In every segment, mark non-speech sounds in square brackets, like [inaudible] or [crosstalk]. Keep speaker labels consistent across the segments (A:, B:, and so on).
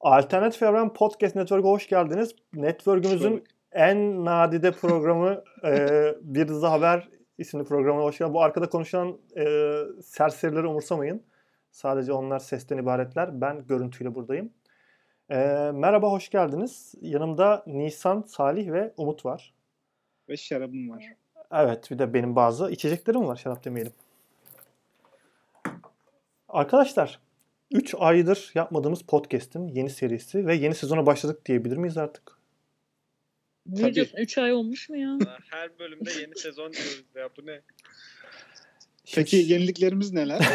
A: Alternatif Evren Podcast Network'a hoş geldiniz. Network'ümüzün en nadide programı e, Bir Rıza Haber isimli programına hoş geldiniz. Bu arkada konuşan e, serserileri umursamayın. Sadece onlar sesten ibaretler. Ben görüntüyle buradayım. E, merhaba, hoş geldiniz. Yanımda Nisan, Salih ve Umut var.
B: Ve şarabım var.
A: Evet bir de benim bazı içeceklerim var şarap demeyelim. Arkadaşlar 3 aydır yapmadığımız podcast'in yeni serisi ve yeni sezona başladık diyebilir miyiz artık?
C: Ne
B: Tabii.
C: diyorsun? 3 ay olmuş mu ya?
D: Her bölümde yeni sezon diyoruz ya bu ne?
B: Peki yeniliklerimiz neler? [laughs]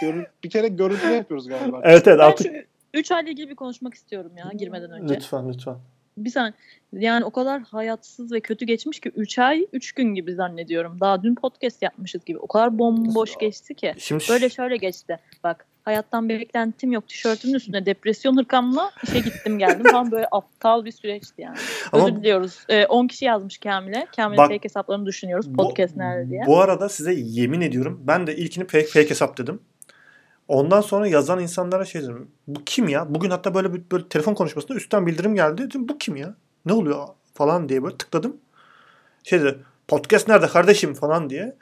B: Görün- bir kere görüntülü yapıyoruz galiba.
A: Evet evet
C: Ben
A: artık
C: şu 3 ayla ilgili bir konuşmak istiyorum ya girmeden önce.
A: lütfen lütfen.
C: Bir saniye. Yani o kadar hayatsız ve kötü geçmiş ki 3 ay 3 gün gibi zannediyorum. Daha dün podcast yapmışız gibi. O kadar bomboş geçti ki.
A: Şimdi
C: Böyle şöyle geçti. Bak hayattan beklentim yok. Tişörtümün üstüne depresyon hırkamla işe gittim geldim. Tam böyle aptal bir süreçti yani.
A: ama
C: Özür diliyoruz. Ee, 10 kişi yazmış Kamil'e. Kamil'in
A: Bak-
C: fake hesaplarını düşünüyoruz.
A: bu-
C: Podcast nerede diye.
A: Bu arada size yemin ediyorum ben de ilkini fake, fake hesap dedim. Ondan sonra yazan insanlara şey dedim. Bu kim ya? Bugün hatta böyle bir böyle telefon konuşmasında üstten bildirim geldi. Dedim bu kim ya? Ne oluyor falan diye böyle tıkladım. Şey dedi. Podcast nerede kardeşim falan diye.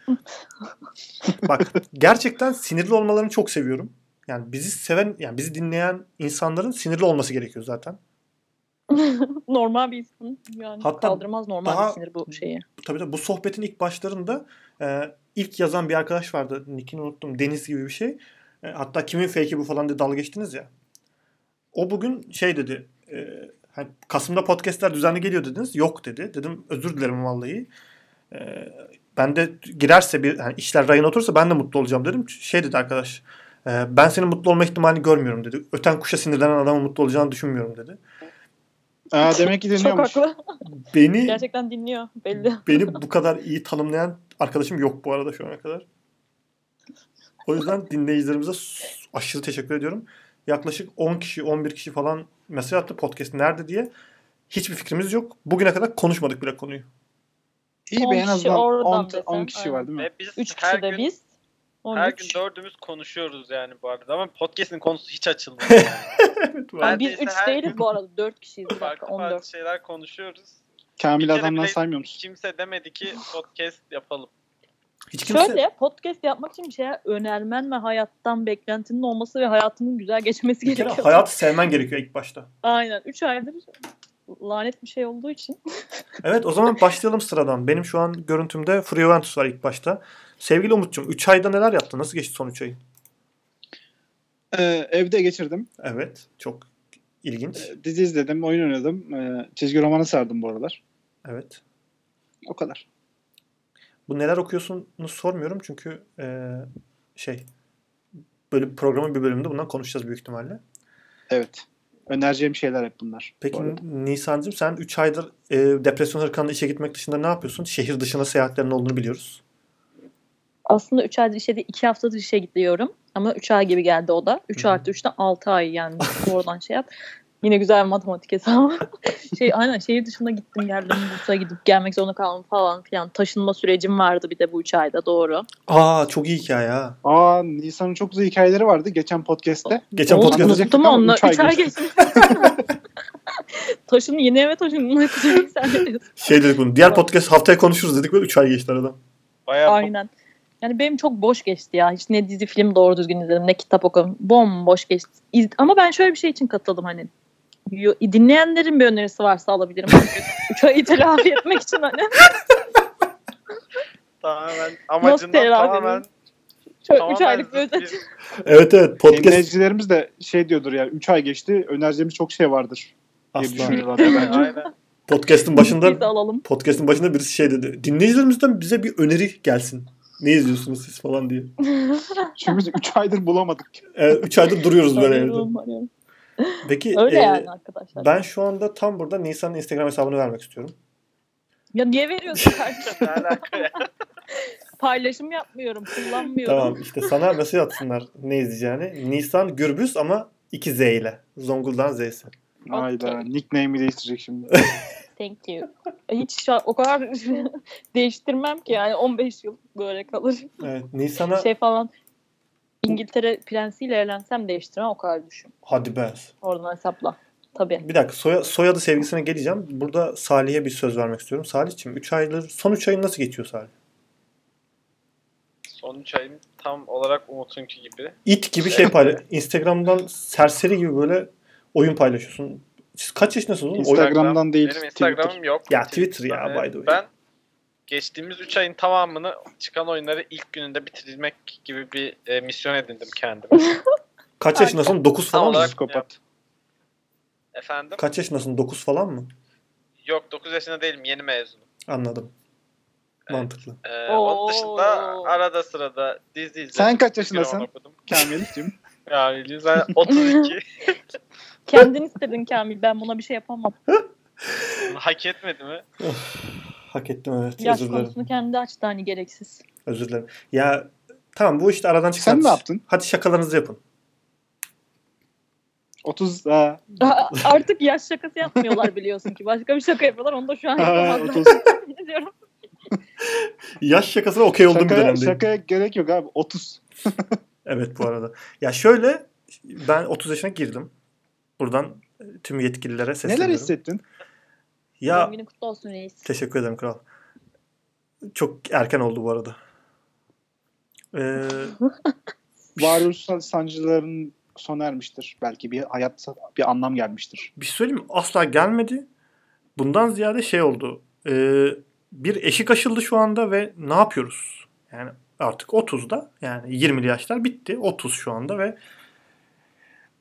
C: [laughs]
A: Bak gerçekten sinirli olmalarını çok seviyorum. Yani bizi seven yani bizi dinleyen insanların sinirli olması gerekiyor zaten.
C: normal bir isim. Yani
A: Hatta
C: kaldırmaz normal
A: daha-
C: bir sinir bu şeyi.
A: tabii de bu sohbetin ilk başlarında e, ilk yazan bir arkadaş vardı. Nick'ini unuttum. Deniz gibi bir şey. E, hatta kimin fake'i bu falan diye dalga geçtiniz ya. O bugün şey dedi. e, hani Kasım'da podcastler düzenli geliyor dediniz. Yok dedi. Dedim özür dilerim vallahi. E, ben de girerse bir yani işler rayına otursa ben de mutlu olacağım dedim. Şey dedi arkadaş. e, ben senin mutlu olma ihtimalini görmüyorum dedi. Öten kuşa sinirlenen adamın mutlu olacağını düşünmüyorum dedi.
B: Aa, demek ki
C: Çok
B: dinliyormuş.
C: haklı.
A: Beni
C: Gerçekten dinliyor belli.
A: [laughs] Beni bu kadar iyi tanımlayan arkadaşım yok bu arada şu ana kadar. O yüzden dinleyicilerimize s- aşırı teşekkür ediyorum. Yaklaşık 10 kişi, 11 kişi falan mesaj attı podcast nerede diye. Hiçbir fikrimiz yok. Bugüne kadar konuşmadık bile konuyu.
B: İyi
C: On
B: be en
C: kişi
B: azından
C: oradan
B: 10,
C: desen,
B: kişi var değil mi?
D: Ve biz
C: 3
D: her
C: kişi de
D: gün
C: biz.
D: her
C: 13.
D: gün dördümüz konuşuyoruz yani bu arada ama podcast'in konusu hiç açılmadı.
C: [laughs]
D: Yani.
C: Ay, biz
D: neredeyse
C: 3
D: her
C: değiliz bu arada. 4 kişiyiz. Bir dakika
D: farklı farklı
C: 14.
D: şeyler konuşuyoruz. Bir
B: Kamil
D: kere
B: adamdan
D: bile
B: saymıyor musun?
D: Kimse demedi ki podcast yapalım.
A: Hiç kimse
C: Şöyle podcast yapmak için bir şeye önermen ve hayattan beklentinin olması ve hayatının güzel geçmesi
A: bir kere
C: gerekiyor.
A: hayatı sevmen gerekiyor ilk başta.
C: Aynen. 3 aydır lanet bir şey olduğu için.
A: Evet o zaman başlayalım sıradan. Benim şu an görüntümde Juventus var ilk başta. Sevgili Umut'cum 3 ayda neler yaptın? Nasıl geçti son 3 ayı?
B: Ee, evde geçirdim.
A: Evet çok ilginç.
B: Ee, Dizi izledim, oyun oynadım. Ee, çizgi romana sardım bu aralar.
A: Evet.
B: O kadar.
A: Bu neler okuyorsunuz sormuyorum çünkü e, şey böyle programın bir bölümünde bundan konuşacağız büyük ihtimalle.
B: Evet. Önereceğim şeyler hep bunlar.
A: Peki
B: bu arada.
A: Nisan'cığım sen 3 aydır e, depresyon hırkanla işe gitmek dışında ne yapıyorsun? Şehir dışına seyahatlerin olduğunu biliyoruz.
C: Aslında 3 aydır işe değil 2 haftadır işe gidiyorum. Ama 3 ay gibi geldi o da. 3
A: Hı hı.
C: artı 3'ten 6 ay yani. Oradan şey yap. Yine güzel bir matematik hesabı. [laughs] şey, aynen şehir dışına gittim geldim. Bursa'ya gidip gelmek zorunda kaldım falan filan. Taşınma sürecim vardı bir de bu 3 ayda doğru.
A: Aa çok iyi hikaye ha.
B: Aa Nisan'ın çok güzel hikayeleri vardı geçen podcast'te.
A: Geçen
C: Oğlum,
A: podcast
B: anlatacak-
C: Unuttum
B: ama
C: onunla.
B: üç ay
C: 3 ay
B: geçti.
C: geçti. [laughs] Taşın yeni eve taşındım. Sen ne diyorsun?
A: şey dedik bunu. Diğer podcast haftaya konuşuruz dedik böyle 3 ay geçti aradan.
D: Bayağı
C: Aynen. Yani benim çok boş geçti ya. Hiç ne dizi film doğru düzgün izledim ne kitap okudum. Bomboş geçti. İz- Ama ben şöyle bir şey için katıldım hani. Yo- Dinleyenlerin bir önerisi varsa alabilirim. Hani Üç ay telafi etmek için hani. [laughs]
D: tamamen amacından
C: telafi
D: tamamen
C: Şöyle üç
D: tamamen
C: aylık bir
D: zıt
C: özet.
D: bir
A: Evet evet podcast
B: Dinleyicilerimiz de şey diyordur ya 3 ay geçti önereceğimiz çok şey vardır diye
A: Aslan.
B: düşünüyorlar ya
C: [laughs]
B: [laughs] bence.
D: Aynen.
A: Podcast'ın
C: Biz de
A: başında
C: alalım.
A: podcast'ın başında birisi şey dedi. Dinleyicilerimizden bize bir öneri gelsin. Ne izliyorsunuz siz falan diye.
B: Çünkü biz 3 aydır bulamadık.
A: Evet, 3 aydır duruyoruz böyle evde.
C: Arıyorum, arıyorum.
A: Peki
C: Öyle
A: e,
C: yani arkadaşlar.
A: ben şu anda tam burada Nisan'ın Instagram hesabını vermek istiyorum.
C: Ya niye veriyorsun
A: [laughs]
C: kardeşim?
D: Ne alaka ya?
C: Paylaşım yapmıyorum, kullanmıyorum.
A: Tamam işte sana mesaj atsınlar ne izleyeceğini. Nisan Gürbüz ama 2 Z ile. Zonguldak'ın Z'si.
B: Hayda
C: Okey.
B: nickname'i değiştirecek şimdi.
C: Thank you. E, Hiç şu an o kadar [laughs] değiştirmem ki yani 15 yıl böyle kalır.
A: Evet, Nisan'a
C: şey falan İngiltere prensiyle evlensem değiştirmem o kadar düşün.
A: hadi be.
C: Oradan hesapla. Tabii.
A: Bir dakika soya, soyadı sevgisine geleceğim. Burada Salih'e bir söz vermek istiyorum. Salih'ciğim 3 ayları, son 3 ayın nasıl geçiyor Salih?
D: Son 3 ayım tam olarak Umut'unki gibi.
A: İt gibi şey paylaş. Instagram'dan serseri gibi böyle oyun paylaşıyorsun. Siz kaç yaşındasınız oğlum? Oyun-
B: Instagram- Instagram'dan değil,
D: Benim
B: Twitter.
D: Instagram'ım yok. Hani
A: Ya Twitter ya, by the way.
D: Ben geçtiğimiz 3 ayın tamamını çıkan oyunları ilk gününde bitirmek gibi bir e, misyon edindim kendime.
A: Kaç yaşındasın? 9
D: Tam
A: falan mı?
D: olarak
B: psikopat.
D: Efendim?
A: Kaç yaşındasın? 9 falan mı?
D: Yok 9 yaşında değilim yeni mezunum.
A: Anladım.
D: Evet.
A: Mantıklı.
D: Ee, onun
C: Oo.
D: dışında arada sırada dizi izledim.
B: Sen kaç
D: roman
B: yaşındasın
D: okudum.
B: [laughs] Kamil'cim?
D: Yani [laughs] ben 32.
C: Kendin istedin Kamil. Ben buna bir şey yapamam.
D: Hak etmedi mi?
A: Hak ettim evet.
C: Yaş
A: Özür dilerim.
C: konusunu kendi açtı hani gereksiz.
A: Özür dilerim. Ya tamam bu işte aradan çıkar.
B: Sen ne yaptın?
A: Hadi şakalarınızı yapın.
B: 30 ha,
C: Aa, Artık yaş şakası yapmıyorlar biliyorsun ki. Başka bir şaka yapıyorlar. Onu da şu an
B: ha,
C: yapamazlar.
B: 30.
C: diyorum.
A: Yaş şakasına okey olduğum bir
B: Şakaya,
A: dönemdeyim.
B: şakaya gerek yok abi 30.
A: Evet bu arada. Ya şöyle ben 30 yaşına girdim. Buradan e, tüm yetkililere sesleniyorum.
B: Neler hissettin?
A: Ya
C: Doğum günün kutlu olsun reis.
A: Teşekkür ederim kral. Çok erken oldu bu arada. Ee,
B: Varoluşsal sancıların sona ermiştir. Belki bir hayatta bir anlam gelmiştir.
A: bir şey söyleyeyim mi? Asla gelmedi. Bundan ziyade şey oldu. Ee, bir eşik aşıldı şu anda ve ne yapıyoruz? Yani artık 30'da yani 20'li yaşlar bitti. 30 şu anda ve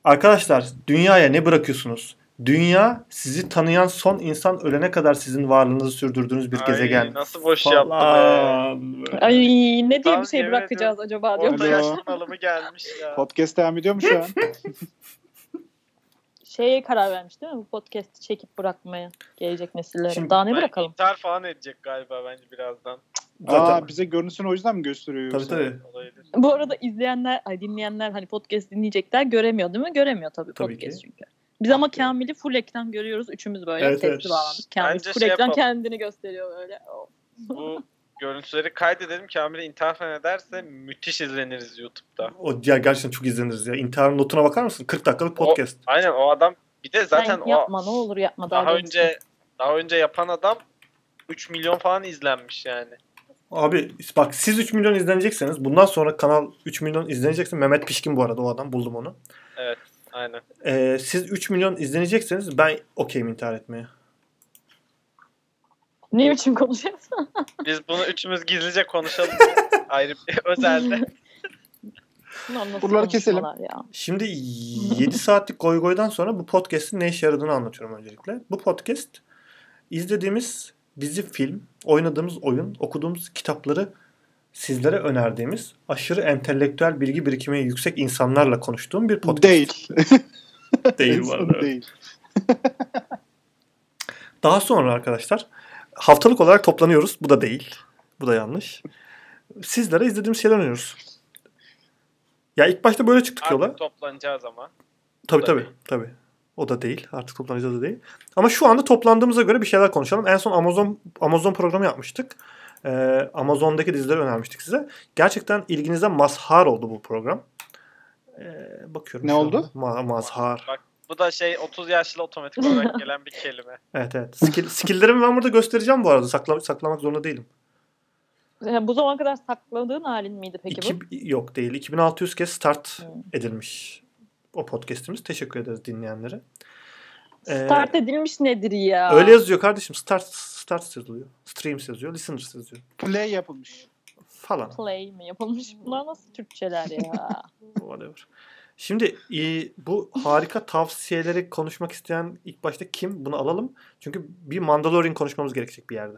A: arkadaşlar dünyaya ne bırakıyorsunuz? Dünya sizi tanıyan son insan ölene kadar sizin varlığınızı sürdürdüğünüz bir
D: Ay,
A: gezegen.
D: Nasıl boş yaptı be.
A: Falan.
C: Ay ne diye
D: Tamam,
C: bir şey
D: yemin
C: bırakacağız acaba diyorum.
D: Orada
B: Alo.
D: yaşın alımı gelmiş ya.
B: Podcast devam ediyor
A: [laughs]
B: mu şu an?
C: Şeye karar vermiş değil mi? Bu podcast'i çekip bırakmaya gelecek nesillere.
A: Şimdi
C: Daha ne
D: Ben
C: bırakalım?
D: İntihar falan edecek galiba bence birazdan.
A: Zaten-
B: Aa, bize görüntüsünü o yüzden mi gösteriyor?
A: Tabii
B: yoksa?
A: tabii.
D: Olabilir.
C: Bu arada izleyenler, ay dinleyenler hani podcast dinleyecekler göremiyor değil mi? Göremiyor tabii,
A: Tabii
C: podcast
A: ki.
C: çünkü. Biz ama Kamil'i full ekran görüyoruz. Üçümüz böyle
A: Evet,
C: evet,
A: evet.
C: bağlandık. Kamil
D: Bence
C: full
D: şey
C: ekran
D: yapalım.
C: kendini gösteriyor böyle. O-
D: [laughs] Bu görüntüleri kaydedelim. Kamil'e intihar falan ederse müthiş izleniriz YouTube'da.
A: O ya gerçekten çok izleniriz ya. İnternet notuna bakar mısın? 40 dakikalık podcast.
D: Aynen o adam bir de zaten
C: Sen
D: o
C: yapma ne olur yapma. Daha,
D: daha
C: gerisi.
D: önce daha önce yapan adam 3 milyon falan izlenmiş yani.
A: Abi bak siz 3 milyon izlenecekseniz bundan sonra kanal 3 milyon izlenecekse Mehmet Pişkin bu arada o adam buldum onu.
D: Aynen.
A: Ee, siz 3 milyon izlenecekseniz ben okeyim intihar etmeye.
C: Ne biçim konuşuyorsun? [laughs]
D: Biz bunu üçümüz gizlice konuşalım. [laughs] Ayrı bir özelde.
C: Bunlar nasıl
B: Buraları keselim.
C: konuşmalar Ya.
A: Şimdi
B: [laughs]
A: 7 saatlik goy goydan sonra bu podcast'in ne işe yaradığını anlatıyorum öncelikle. Bu podcast izlediğimiz dizi, film, oynadığımız oyun, okuduğumuz kitapları sizlere önerdiğimiz aşırı entelektüel bilgi birikimi yüksek insanlarla konuştuğum bir podcast.
B: Değil.
A: [laughs] Değil
B: [laughs]
A: bu arada.
B: Sonu Değil.
A: Daha sonra arkadaşlar haftalık olarak toplanıyoruz. Bu da değil. Bu da yanlış. Sizlere izlediğimiz şeyler öneriyoruz. Ya ilk başta böyle çıktık yola.
D: Artık toplanacağız ama.
A: Tabii
D: da
A: tabii.
D: değil.
A: Tabii. O da değil. Artık toplanacağız da değil. Ama şu anda toplandığımıza göre bir şeyler konuşalım. En son Amazon Amazon programı yapmıştık. Ee, Amazon'daki dizileri önermiştik size. Gerçekten ilginize mazhar oldu bu program. Ee, bakıyorum.
B: Ne
A: şu
B: oldu?
A: anda. Ma- mazhar.
D: Bak bu da şey 30 yaşlı otomatik olarak gelen bir kelime.
A: Evet evet. Skill, skilllerimi ben burada göstereceğim bu arada. Sakla- saklamak zorunda değilim.
C: Yani bu zamana kadar sakladığın halin miydi peki bu?
A: İki- yok değil. 2600 kez start
C: Hmm.
A: edilmiş o podcast'imiz. Teşekkür ederiz dinleyenlere. Ee,
C: Start edilmiş nedir ya?
A: Öyle yazıyor kardeşim. Start start yazılıyor. Streams yazıyor. Listeners yazıyor.
B: Play yapılmış.
A: Falan.
C: Play mi yapılmış? Bunlar nasıl Türkçeler ya?
A: [laughs]
C: [laughs]
A: Whatever. Şimdi e, bu harika tavsiyeleri konuşmak isteyen ilk başta kim? Bunu alalım. Çünkü bir Mandalorian konuşmamız gerekecek bir yerde.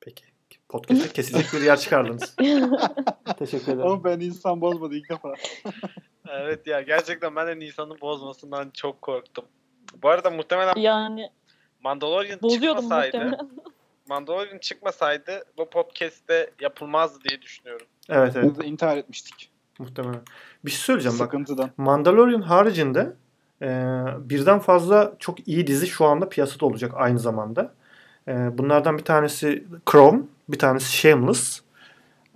A: Peki. Podcast'ı
C: [laughs]
A: kesecek bir yer çıkardınız. Teşekkür ederim.
B: Ama ben insan bozmadı ilk defa.
D: Evet ya gerçekten ben de Nisan'ı bozmasından çok korktum. Bu arada muhtemelen
C: yani
D: Mandalorian
C: bozuyordum
D: çıkmasaydı,
C: muhtemelen.
D: Mandalorian çıkmasaydı bu podcast'te yapılmazdı diye düşünüyorum.
A: Evet evet.
B: Biz de intihar etmiştik.
A: Muhtemelen. Bir şey söyleyeceğim bak.
B: Sıkıntıdan.
A: Mandalorian haricinde e, birden fazla çok iyi dizi şu anda piyasada olacak aynı zamanda. E, bunlardan bir tanesi Chrome, bir tanesi Shameless,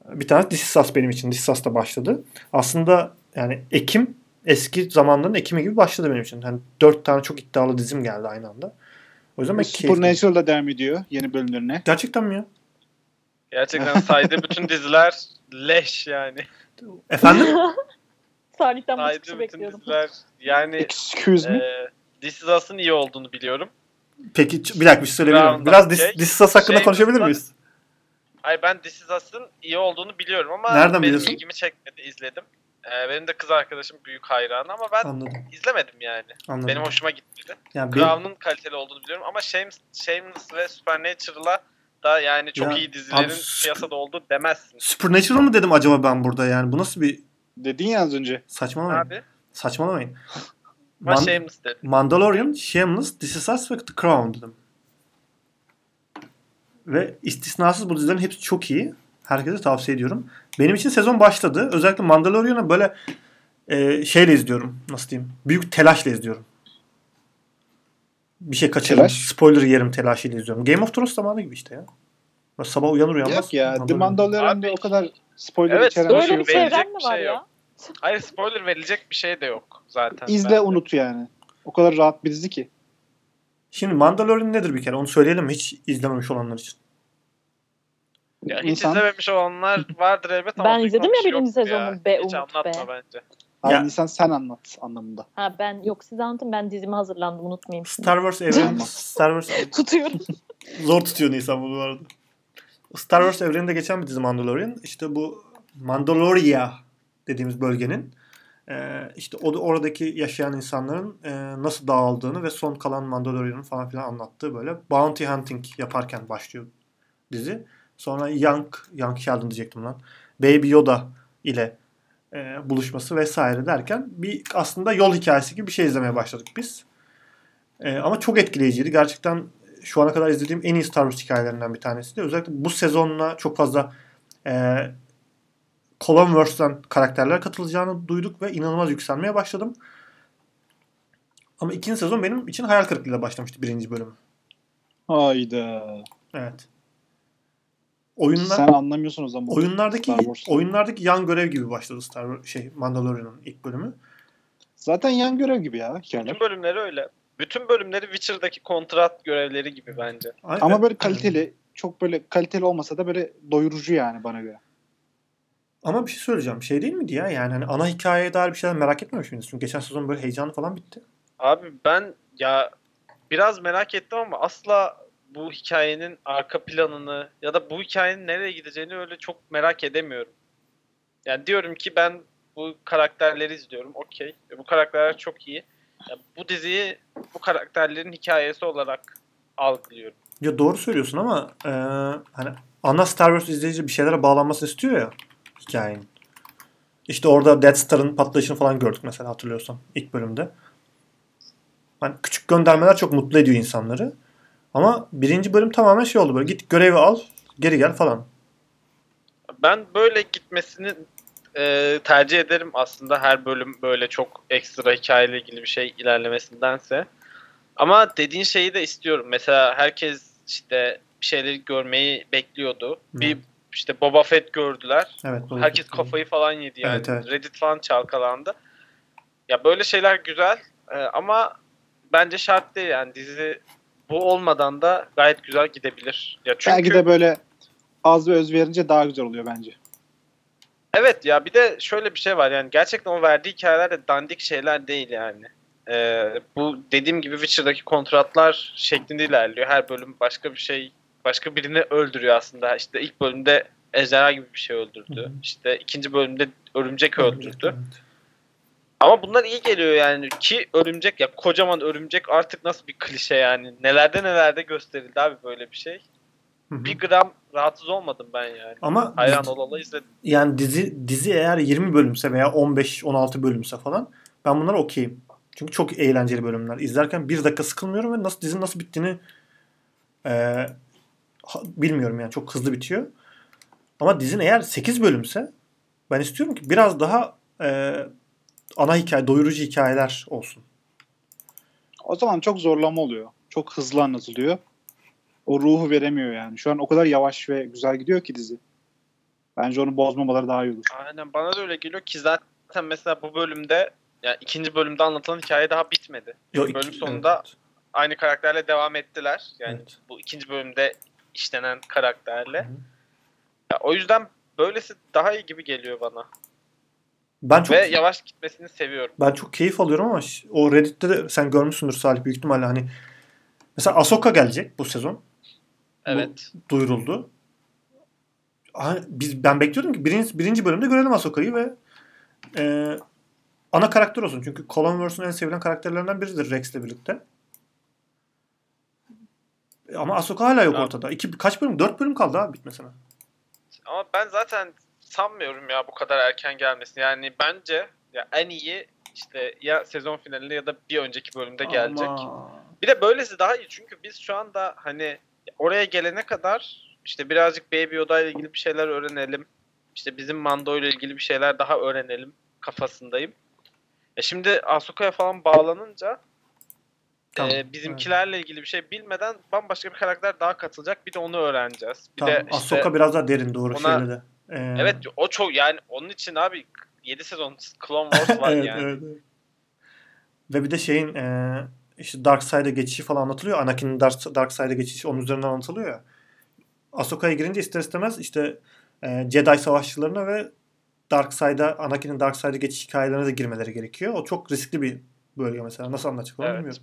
A: bir tanesi This Is Us benim için. This Is Us da başladı. Aslında yani Ekim eski zamanların Ekim'i gibi başladı benim için. Hani dört tane çok iddialı dizim geldi aynı anda. O yüzden ben keyifliyim.
B: Supernatural da devam ediyor yeni bölümlerine.
A: Gerçekten mi ya?
D: Gerçekten saydığı bütün diziler leş yani.
A: Efendim?
C: [laughs] Tarihten başka bir
D: Saydığı
C: şey
D: bütün
C: bekliyordum.
D: diziler yani
B: Excuse me.
D: Ee, e, This Is Us'ın iyi olduğunu biliyorum.
A: Peki ç- bir dakika bir şey söyleyebilir miyim?
D: Roundup
A: Biraz dis,
D: şey-
A: This Is Us hakkında
D: şey-
A: konuşabilir miyiz?
D: Ay ben This Is Us'ın iyi olduğunu biliyorum ama
A: Nereden
D: benim
A: biliyorsun?
D: ilgimi çekmedi izledim. E, benim de kız arkadaşım büyük hayranı ama ben
A: Anladım.
D: izlemedim yani.
A: Anladım.
D: Benim hoşuma gitmedi.
A: yani benim-
D: Crown'un kaliteli olduğunu biliyorum ama Shames, Shameless ve Supernatural'a da yani çok
A: Ya,
D: iyi dizilerin
A: abi, Sup-
D: piyasada oldu demezsin.
A: Supernatural mı dedim acaba ben burada yani? Bu nasıl bir
B: Dedin ya az önce.
A: saçmalamayın.
D: Abi
A: Saçmalamayın.
D: ama şey-
A: Man-
D: Shameless dedi.
A: Mandalorian, Shameless, This Is Us ve The Crown dedim. Ve istisnasız bu dizilerin hepsi çok iyi. Herkese tavsiye ediyorum. Benim için sezon başladı. Özellikle Mandalorian'ı böyle e, şeyle izliyorum. Nasıl diyeyim? Büyük telaşla izliyorum. Bir şey kaçırırım.
B: Telaş?
A: Spoiler yerim telaşıyla izliyorum. Game of Thrones zamanı gibi işte ya. Böyle sabah uyanır uyanmaz.
B: Yok ya. The
A: Mandalorian.
B: Mandalorian'da
D: Abi-
B: o kadar spoiler
D: Evet,
B: içeren bir
D: spoiler
B: şey
C: Böyle
B: yok.
C: bir
D: içeren-
C: çevren
D: Verecek
C: mi
D: bir
C: var
D: şey
C: ya?
D: Hayır spoiler verilecek bir şey de yok zaten.
B: İzle
D: bence.
B: unut yani. O kadar rahat bir dizi ki.
A: Şimdi Mandalorian nedir bir kere? Onu söyleyelim mi? hiç izlememiş olanlar için.
D: Ya hiç
B: İnsan-
D: izlememiş olanlar vardır elbet ama
C: Ben izledim
D: duymamış
C: ya birinci
D: yoktur
C: sezonunu be Umut
D: Hiç anlatma
C: be.
D: bence.
B: Aynı
A: Ya-
B: insan sen anlat anlamında.
C: Ha ben yok siz anlatın ben dizimi hazırlandım unutmayayım. şimdi.
A: Star Wars evren,
B: Tamam.
A: Star Wars
C: Tutuyorum.
A: Zor tutuyor Nisan bunu bu arada. Star Wars evreninde geçen bir dizi Mandalorian. İşte bu Mandaloria dediğimiz bölgenin e, işte o oradaki yaşayan insanların e, nasıl dağıldığını ve son kalan Mandalorian'ın falan filan anlattığı böyle bounty hunting yaparken başlıyor dizi. Sonra Young, Young Sheldon diyecektim lan. Baby Yoda ile e, buluşması vesaire derken bir aslında yol hikayesi gibi bir şey izlemeye başladık biz. E, ama çok etkileyiciydi. Gerçekten şu ana kadar izlediğim en iyi Star Wars hikayelerinden bir tanesi de. Özellikle bu sezonla çok fazla e, Columverse'den karakterler katılacağını duyduk ve inanılmaz yükselmeye başladım. Ama ikinci sezon benim için hayal kırıklığıyla başlamıştı birinci bölümü.
B: Hayda.
A: Evet. Oyunlar,
B: Sen anlamıyorsun o zaman.
A: oyunlardaki
B: Star Wars.
A: oyunlardaki yan görev gibi başladı Star Wars, şey Mandalorian'ın ilk bölümü.
B: Zaten yan görev gibi ya hikayeler.
D: Bütün bölümleri öyle. Bütün bölümleri Witcher'daki kontrat görevleri gibi bence.
A: Ay-
B: Ama böyle kaliteli. Çok böyle kaliteli olmasa da böyle doyurucu yani bana göre.
A: Ama bir şey söyleyeceğim. Şey değil miydi ya? Yani hani ana hikayeye dair bir şeyler merak etmemiş miydiniz? Çünkü geçen sezon böyle heyecanı falan bitti.
D: Abi ben ya biraz merak ettim ama asla bu hikayenin arka planını ya da bu hikayenin nereye gideceğini öyle çok merak edemiyorum. Yani diyorum ki ben bu karakterleri izliyorum. Okey. E, Bu karakterler çok iyi. Ya bu diziyi bu karakterlerin hikayesi olarak algılıyorum.
A: Ya doğru söylüyorsun ama e, hani ana Star Wars izleyici bir şeylere bağlanmasını istiyor ya hikayenin. İşte orada Death Star'ın patlayışını falan gördük mesela hatırlıyorsan ilk bölümde. Hani küçük göndermeler çok mutlu ediyor insanları. Ama birinci bölüm tamamen şey oldu böyle git görevi al geri gel falan.
D: Ben böyle gitmesini e, tercih ederim aslında her bölüm böyle çok ekstra hikayeyle ilgili bir şey ilerlemesindense. Ama dediğin şeyi de istiyorum. Mesela herkes işte bir şeyleri görmeyi bekliyordu.
A: Hı.
D: Bir işte Boba Fett gördüler.
A: Evet. doğru.
D: Herkes kafayı falan yedi yani.
A: Evet, evet.
D: Reddit falan çalkalandı. Ya böyle şeyler güzel e, ama bence şart değil yani dizi bu olmadan da gayet güzel gidebilir. Ya çünkü
B: Belki de böyle az ve öz verince daha güzel oluyor bence.
D: Evet ya bir de şöyle bir şey var yani gerçekten o verdiği hikayeler de dandik şeyler değil yani. Ee, bu dediğim gibi Witcher'daki kontratlar şeklinde ilerliyor. Her bölüm başka bir şey, başka birini öldürüyor aslında. İşte ilk bölümde ejderha gibi bir şey
A: Hı
D: öldürdü.
A: hı.
D: İşte ikinci bölümde örümcek öldürdü.
A: Evet.
D: Ama bunlar iyi geliyor yani ki örümcek ya kocaman örümcek artık nasıl bir klişe yani. Nelerde nelerde gösterildi abi böyle bir şey.
A: Hı hı.
D: Bir gram rahatsız olmadım ben yani.
A: Ama
D: Hayran olalı izledim.
A: yani dizi dizi eğer 20 bölümse veya 15-16 bölümse falan ben bunlara okeyim. Çünkü çok eğlenceli bölümler. İzlerken bir dakika sıkılmıyorum ve nasıl dizinin nasıl bittiğini e, ha- bilmiyorum yani. Çok hızlı bitiyor. Ama dizin eğer 8 bölümse ben istiyorum ki biraz daha e, ana hikaye, doyurucu hikayeler olsun.
B: O zaman çok zorlama oluyor. Çok hızlı anlatılıyor. O ruhu veremiyor yani. Şu an o kadar yavaş ve güzel gidiyor ki dizi. Bence onu bozmamaları daha iyi olur.
D: Aynen bana da öyle geliyor ki zaten zaten mesela bu bölümde yani ikinci bölümde anlatılan hikaye daha bitmedi.
A: Yo,
D: Bölüm sonunda
A: evet,
D: Aynı karakterle devam ettiler. Yani
A: evet.
D: bu ikinci bölümde işlenen karakterle.
A: Hı.
D: Ya, o yüzden böylesi daha iyi gibi geliyor bana.
A: Ben çok
D: Ve yavaş gitmesini seviyorum.
A: ben çok keyif alıyorum ama ş- o Reddit'te de sen görmüşsündür Salih büyük ihtimalle hani mesela Ahsoka gelecek bu sezon
D: Evet.
A: duyuruldu. Ha, Biz ben bekliyordum ki birinci, birinci bölümde görelim Ahsoka'yı ve e, ana karakter olsun. Çünkü Colin Wurst'un en sevilen karakterlerinden biridir Rex'le birlikte. E, Ama Ahsoka hala yok
D: Abi.
A: ortada. İki, kaç bölüm? Dört bölüm kaldı abi bitmesine.
D: Ama ben zaten sanmıyorum ya bu kadar erken gelmesini. Yani bence ya en iyi işte ya sezon finalinde ya da bir önceki bölümde gelecek. E,
A: Ama-
D: Bir de böylesi daha iyi çünkü biz şu anda hani oraya gelene kadar işte birazcık Baby Yoda ile ilgili bir şeyler öğrenelim. İşte bizim Mando ile ilgili bir şeyler daha öğrenelim kafasındayım. E şimdi Ahsoka'ya falan bağlanınca
A: Tamam,
D: e, bizimkilerle ilgili bir şey bilmeden bambaşka bir karakter daha katılacak. Bir de onu öğreneceğiz. Bir
A: Tamam,
D: de işte,
A: Ahsoka biraz daha derin doğru
D: ona-
A: şeyle de. E,
D: Evet o çok yani onun için abi 7 sezon
A: [laughs]
D: Clone Wars var
A: evet,
D: yani.
A: evet, evet. Ve bir de şeyin e, işte Dark Side'a geçişi falan anlatılıyor. Anakin'in Dark, Dark Side'a geçişi onun üzerinden anlatılıyor ya. Ahsoka'ya girince ister istemez işte e, Jedi savaşçılarına ve Dark Side'a Anakin'in Dark Side'a geçiş hikayelerine de girmeleri gerekiyor. O çok riskli bir bölge mesela. Nasıl anlatacak onu
D: Evet.
A: bilmiyorum.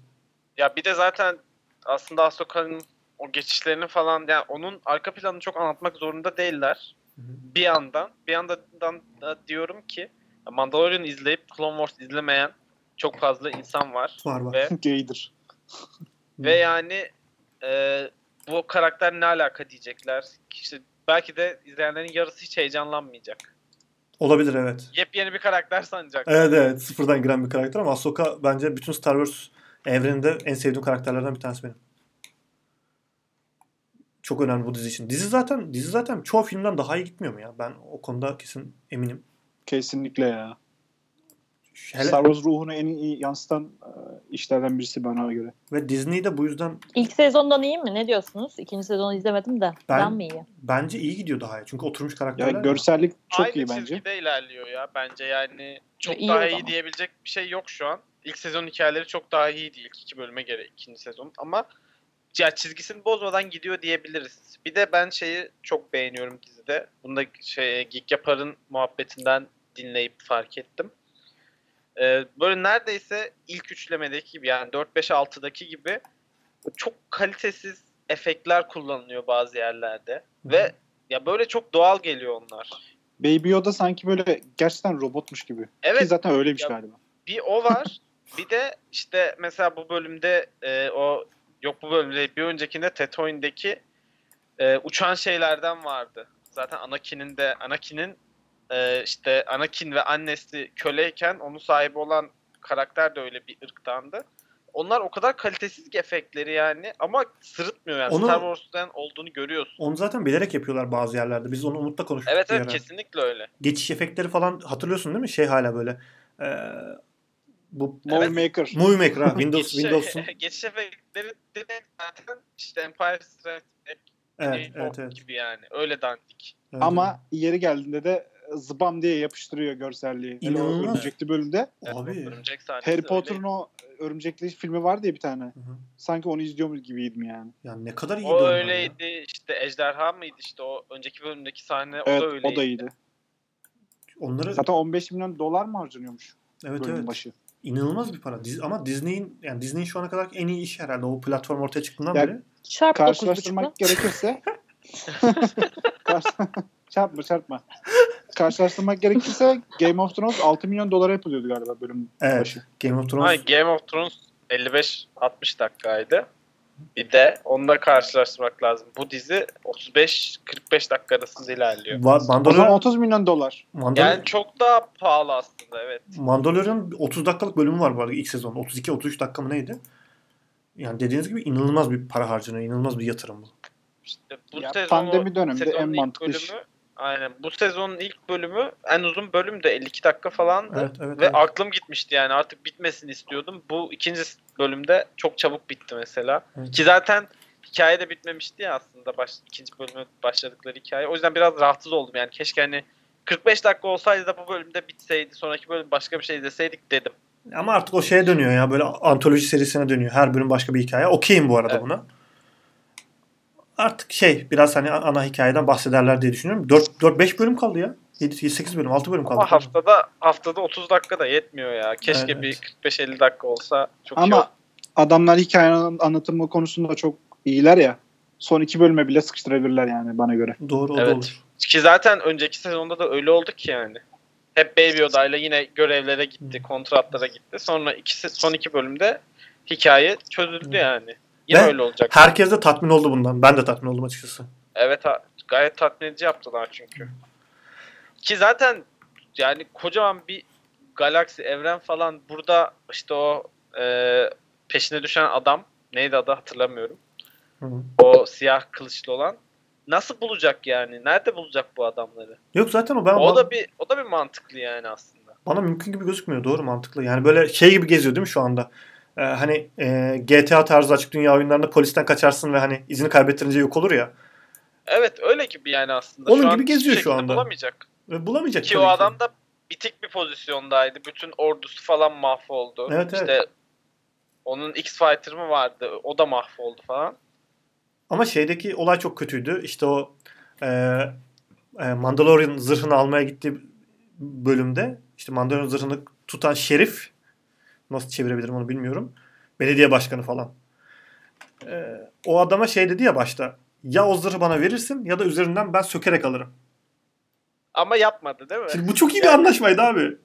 D: Ya bir de zaten aslında Ahsoka'nın o geçişlerini falan yani onun arka planını çok anlatmak zorunda değiller.
A: Hı hı.
D: Bir yandan bir yandan da diyorum ki Mandalorian izleyip Clone Wars izlemeyen çok fazla insan var.
A: Var var.
D: Ve-
B: Gaydir.
D: Ve yani e, bu karakter ne alaka diyecekler. İşte belki de izleyenlerin yarısı hiç heyecanlanmayacak.
A: Olabilir evet.
D: Yepyeni bir
A: [laughs]
D: karakter sanacak.
A: Evet evet sıfırdan giren bir karakter ama Ahsoka bence bütün Star Wars evreninde en sevdiğim karakterlerden bir tanesi benim. Çok önemli bu dizi için. Dizi zaten dizi zaten çoğu filmden daha iyi gitmiyor mu ya? Ben o konuda kesin eminim.
B: Kesinlikle ya.
A: Hele,
B: Star Wars ruhunu en iyi yansıtan e, işlerden birisi bana göre.
A: ve Disney de bu yüzden
C: İlk sezondan iyi mi? Ne diyorsunuz? İkinci sezonu izlemedim de.
A: Ben-
C: Ben, mi iyi?
A: bence iyi gidiyor daha iyi. Çünkü oturmuş
B: Ya
A: karakterler.
B: görsellik çok
D: Aynı
B: iyi bence.
D: çizgide ilerliyor ya bence yani çok
C: İyi
D: daha
C: o
D: iyi
C: zaman.
D: diyebilecek bir şey yok şu an. İlk sezon hikayeleri çok daha iyiydi ilk iki bölüme göre ikinci sezon ama ya çizgisini bozmadan gidiyor diyebiliriz. Bir de ben şeyi çok beğeniyorum dizide. Bunu da şey, Geek Yapar'ın muhabbetinden dinleyip fark ettim. Ee, böyle neredeyse ilk üçlemedeki gibi yani 4-5-6'daki gibi çok kalitesiz efektler kullanılıyor bazı yerlerde.
A: Hı.
D: Ve ya böyle çok doğal geliyor onlar.
B: Baby Yoda sanki böyle gerçekten robotmuş gibi. Ki
D: Evet
B: zaten öyleymiş
D: Ya-
B: galiba.
D: bir o var. bir de işte mesela bu bölümde e, o yok bu bölümde değil, bir öncekinde Tatooine'deki e, uçan şeylerden vardı. Zaten Anakin'in de Anakin'in e, işte Anakin ve annesi köleyken onun sahibi olan karakter de öyle bir ırktandı. Onlar o kadar kalitesiz ki efektleri yani ama sırıtmıyor yani.
A: Onu-
D: Star Wars'tan olduğunu görüyorsun.
A: Onu zaten bilerek yapıyorlar bazı yerlerde. Biz onu Umut'la konuştuk.
D: Evet
A: bir
D: evet
A: ara.
D: kesinlikle öyle.
A: Geçiş efektleri falan hatırlıyorsun değil mi? Şey hala böyle. Ee, bu
B: Movie
D: Evet. Şey,
B: Maker.
A: Movie Maker ha,
D: [laughs]
A: Windows
D: Geçiş,
A: Windows'un.
D: geçiş efektleri direkt zaten işte Empire Strikes Back
A: Evet,
D: Uniform
A: evet, evet,
D: Şey, gibi yani. Öyle dandik.
A: evet.
B: Ama yeri geldiğinde de zıbam diye yapıştırıyor görselliği. Hele o
A: İnanılmaz.
B: Örümcekli bölümde.
A: abi
D: Örümcek
B: Harry
D: sahnesi Hani öyle.
B: Potter'ın o e, örümcekli filmi vardı ya bir tane.
A: Hı hı.
B: Sanki onu izliyormuş gibiydim yani.
A: Ya ne kadar iyi
D: O
A: dönüyor ya.
D: öyleydi. işte Ejderha mıydı işte o önceki bölümdeki sahne o
B: evet
D: da öyleydi.
B: o da iyiydi.
A: Onları
B: Zaten 15 milyon dolar mı harcanıyormuş
A: evet
B: bölümün
A: evet.
B: başı?
A: İnanılmaz bir para. Diz- ama Disney'in yani Disney'in şu ana kadar en iyi işi herhalde o platform ortaya çıktığından
B: Ya-
A: beri.
C: Çarp 9.5'la.
B: Karşılaştırmak gerekirse Karşı- [laughs] çarpma çarpma. Karşılaştırmak gerekirse Game of Thrones 6 milyon dolara yapılıyordu galiba bölüm
A: Evet.
B: başı.
A: Game of Thrones
D: Hayır, Game of Thrones 55-60 dakikaydı. Bir de onunla karşılaştırmak lazım. Bu dizi 35-45 dakika arasında ilerliyor.
A: Va-
B: O zaman
A: Mandalorian,
B: 30 milyon dolar.
A: Mandal-
D: Yani çok daha pahalı aslında evet.
A: Mandalorian 30 dakikalık bölümü var bu arada ilk sezon. 32-33 dakika mı neydi? Yani dediğiniz gibi inanılmaz bir para harcanıyor. inanılmaz bir yatırım bu.
D: İşte bu
B: Ya,
D: sezon
B: pandemi
D: o-
B: döneminde
D: sezonun
B: en
D: ilk
B: mantıklı
D: bölümü,
B: iş.
D: Aynen. Bu sezonun ilk bölümü en uzun bölüm de 52 dakika falandı.
A: Evet evet.
D: Ve
A: evet.
D: aklım gitmişti yani artık bitmesini istiyordum. Bu ikinci bölümde çok çabuk bitti mesela.
A: Evet.
D: Ki zaten hikaye de bitmemişti ya aslında baş, ikinci bölüme başladıkları hikaye. O yüzden biraz rahatsız oldum yani keşke hani 45 dakika olsaydı da bu bölümde bitseydi. Sonraki bölüm başka bir şey izleseydik dedim.
A: Ama artık o şeye dönüyor ya böyle antoloji serisine dönüyor. Her bölüm başka bir hikaye. Okeyim bu arada
D: Evet.
A: buna. Artık şey biraz hani ana hikayeden bahsederler diye düşünüyorum. 4 4 5 bölüm kaldı ya. 7 8 bölüm, 6 bölüm kaldı.
D: Ama haftada haftada 30 dakika da yetmiyor ya. Keşke
A: Evet.
D: bir 45-50 dakika olsa çok iyi olur.
B: Ama adamlar hikaye anlatımı konusunda çok iyiler ya. Son iki bölüme bile sıkıştırabilirler yani bana göre.
A: Doğru o da
D: Evet.
A: olur.
D: Ki zaten önceki sezonda da öyle oldu ki yani. Hep Baby Oda'yla yine görevlere gitti, kontratlara gitti. Sonra ikisi son iki bölümde hikaye çözüldü
A: Hı.
D: yani. Yine
A: Ve
D: öyle olacak.
A: Herkes de tatmin oldu bundan. Ben de tatmin oldum açıkçası.
D: Evet ha- gayet tatmin edici yaptılar çünkü. Ki zaten yani kocaman bir galaksi, evren falan burada işte o e, peşine düşen adam neydi adı hatırlamıyorum.
A: Hı.
D: O siyah kılıçlı olan nasıl bulacak yani? Nerede bulacak bu adamları?
A: Yok zaten o ben
D: o
A: bana,
D: da bir o da bir mantıklı yani aslında.
A: bana mümkün gibi gözükmüyor. Doğru mantıklı. Yani böyle şey gibi geziyor değil mi şu anda? Ee, hani e, GTA tarzı açık dünya oyunlarında polisten kaçarsın ve hani izini kaybettirince yok olur ya.
D: Evet öyle gibi yani aslında.
A: Onun
D: an
A: gibi
D: hiçbir
A: geziyor şu
D: şekilde
A: anda.
D: Bulamayacak.
A: Ve bulamayacak
D: Ki o
A: tabii
D: adam da bitik bir pozisyondaydı. Bütün ordusu falan mahvoldu.
A: Evet, evet.
D: İşte onun X-Fighter mı vardı? O da mahvoldu falan.
A: Ama şeydeki olay çok kötüydü. İşte o e, e, Mandalorian zırhını almaya gittiği bölümde işte Mandalorian zırhını tutan şerif nasıl çevirebilirim onu bilmiyorum. Belediye başkanı falan. E, o adama şey dedi ya başta ya o zırhı bana verirsin ya da üzerinden ben sökerek alırım.
D: Ama yapmadı değil mi?
A: Şimdi bu çok iyi bir anlaşmaydı abi.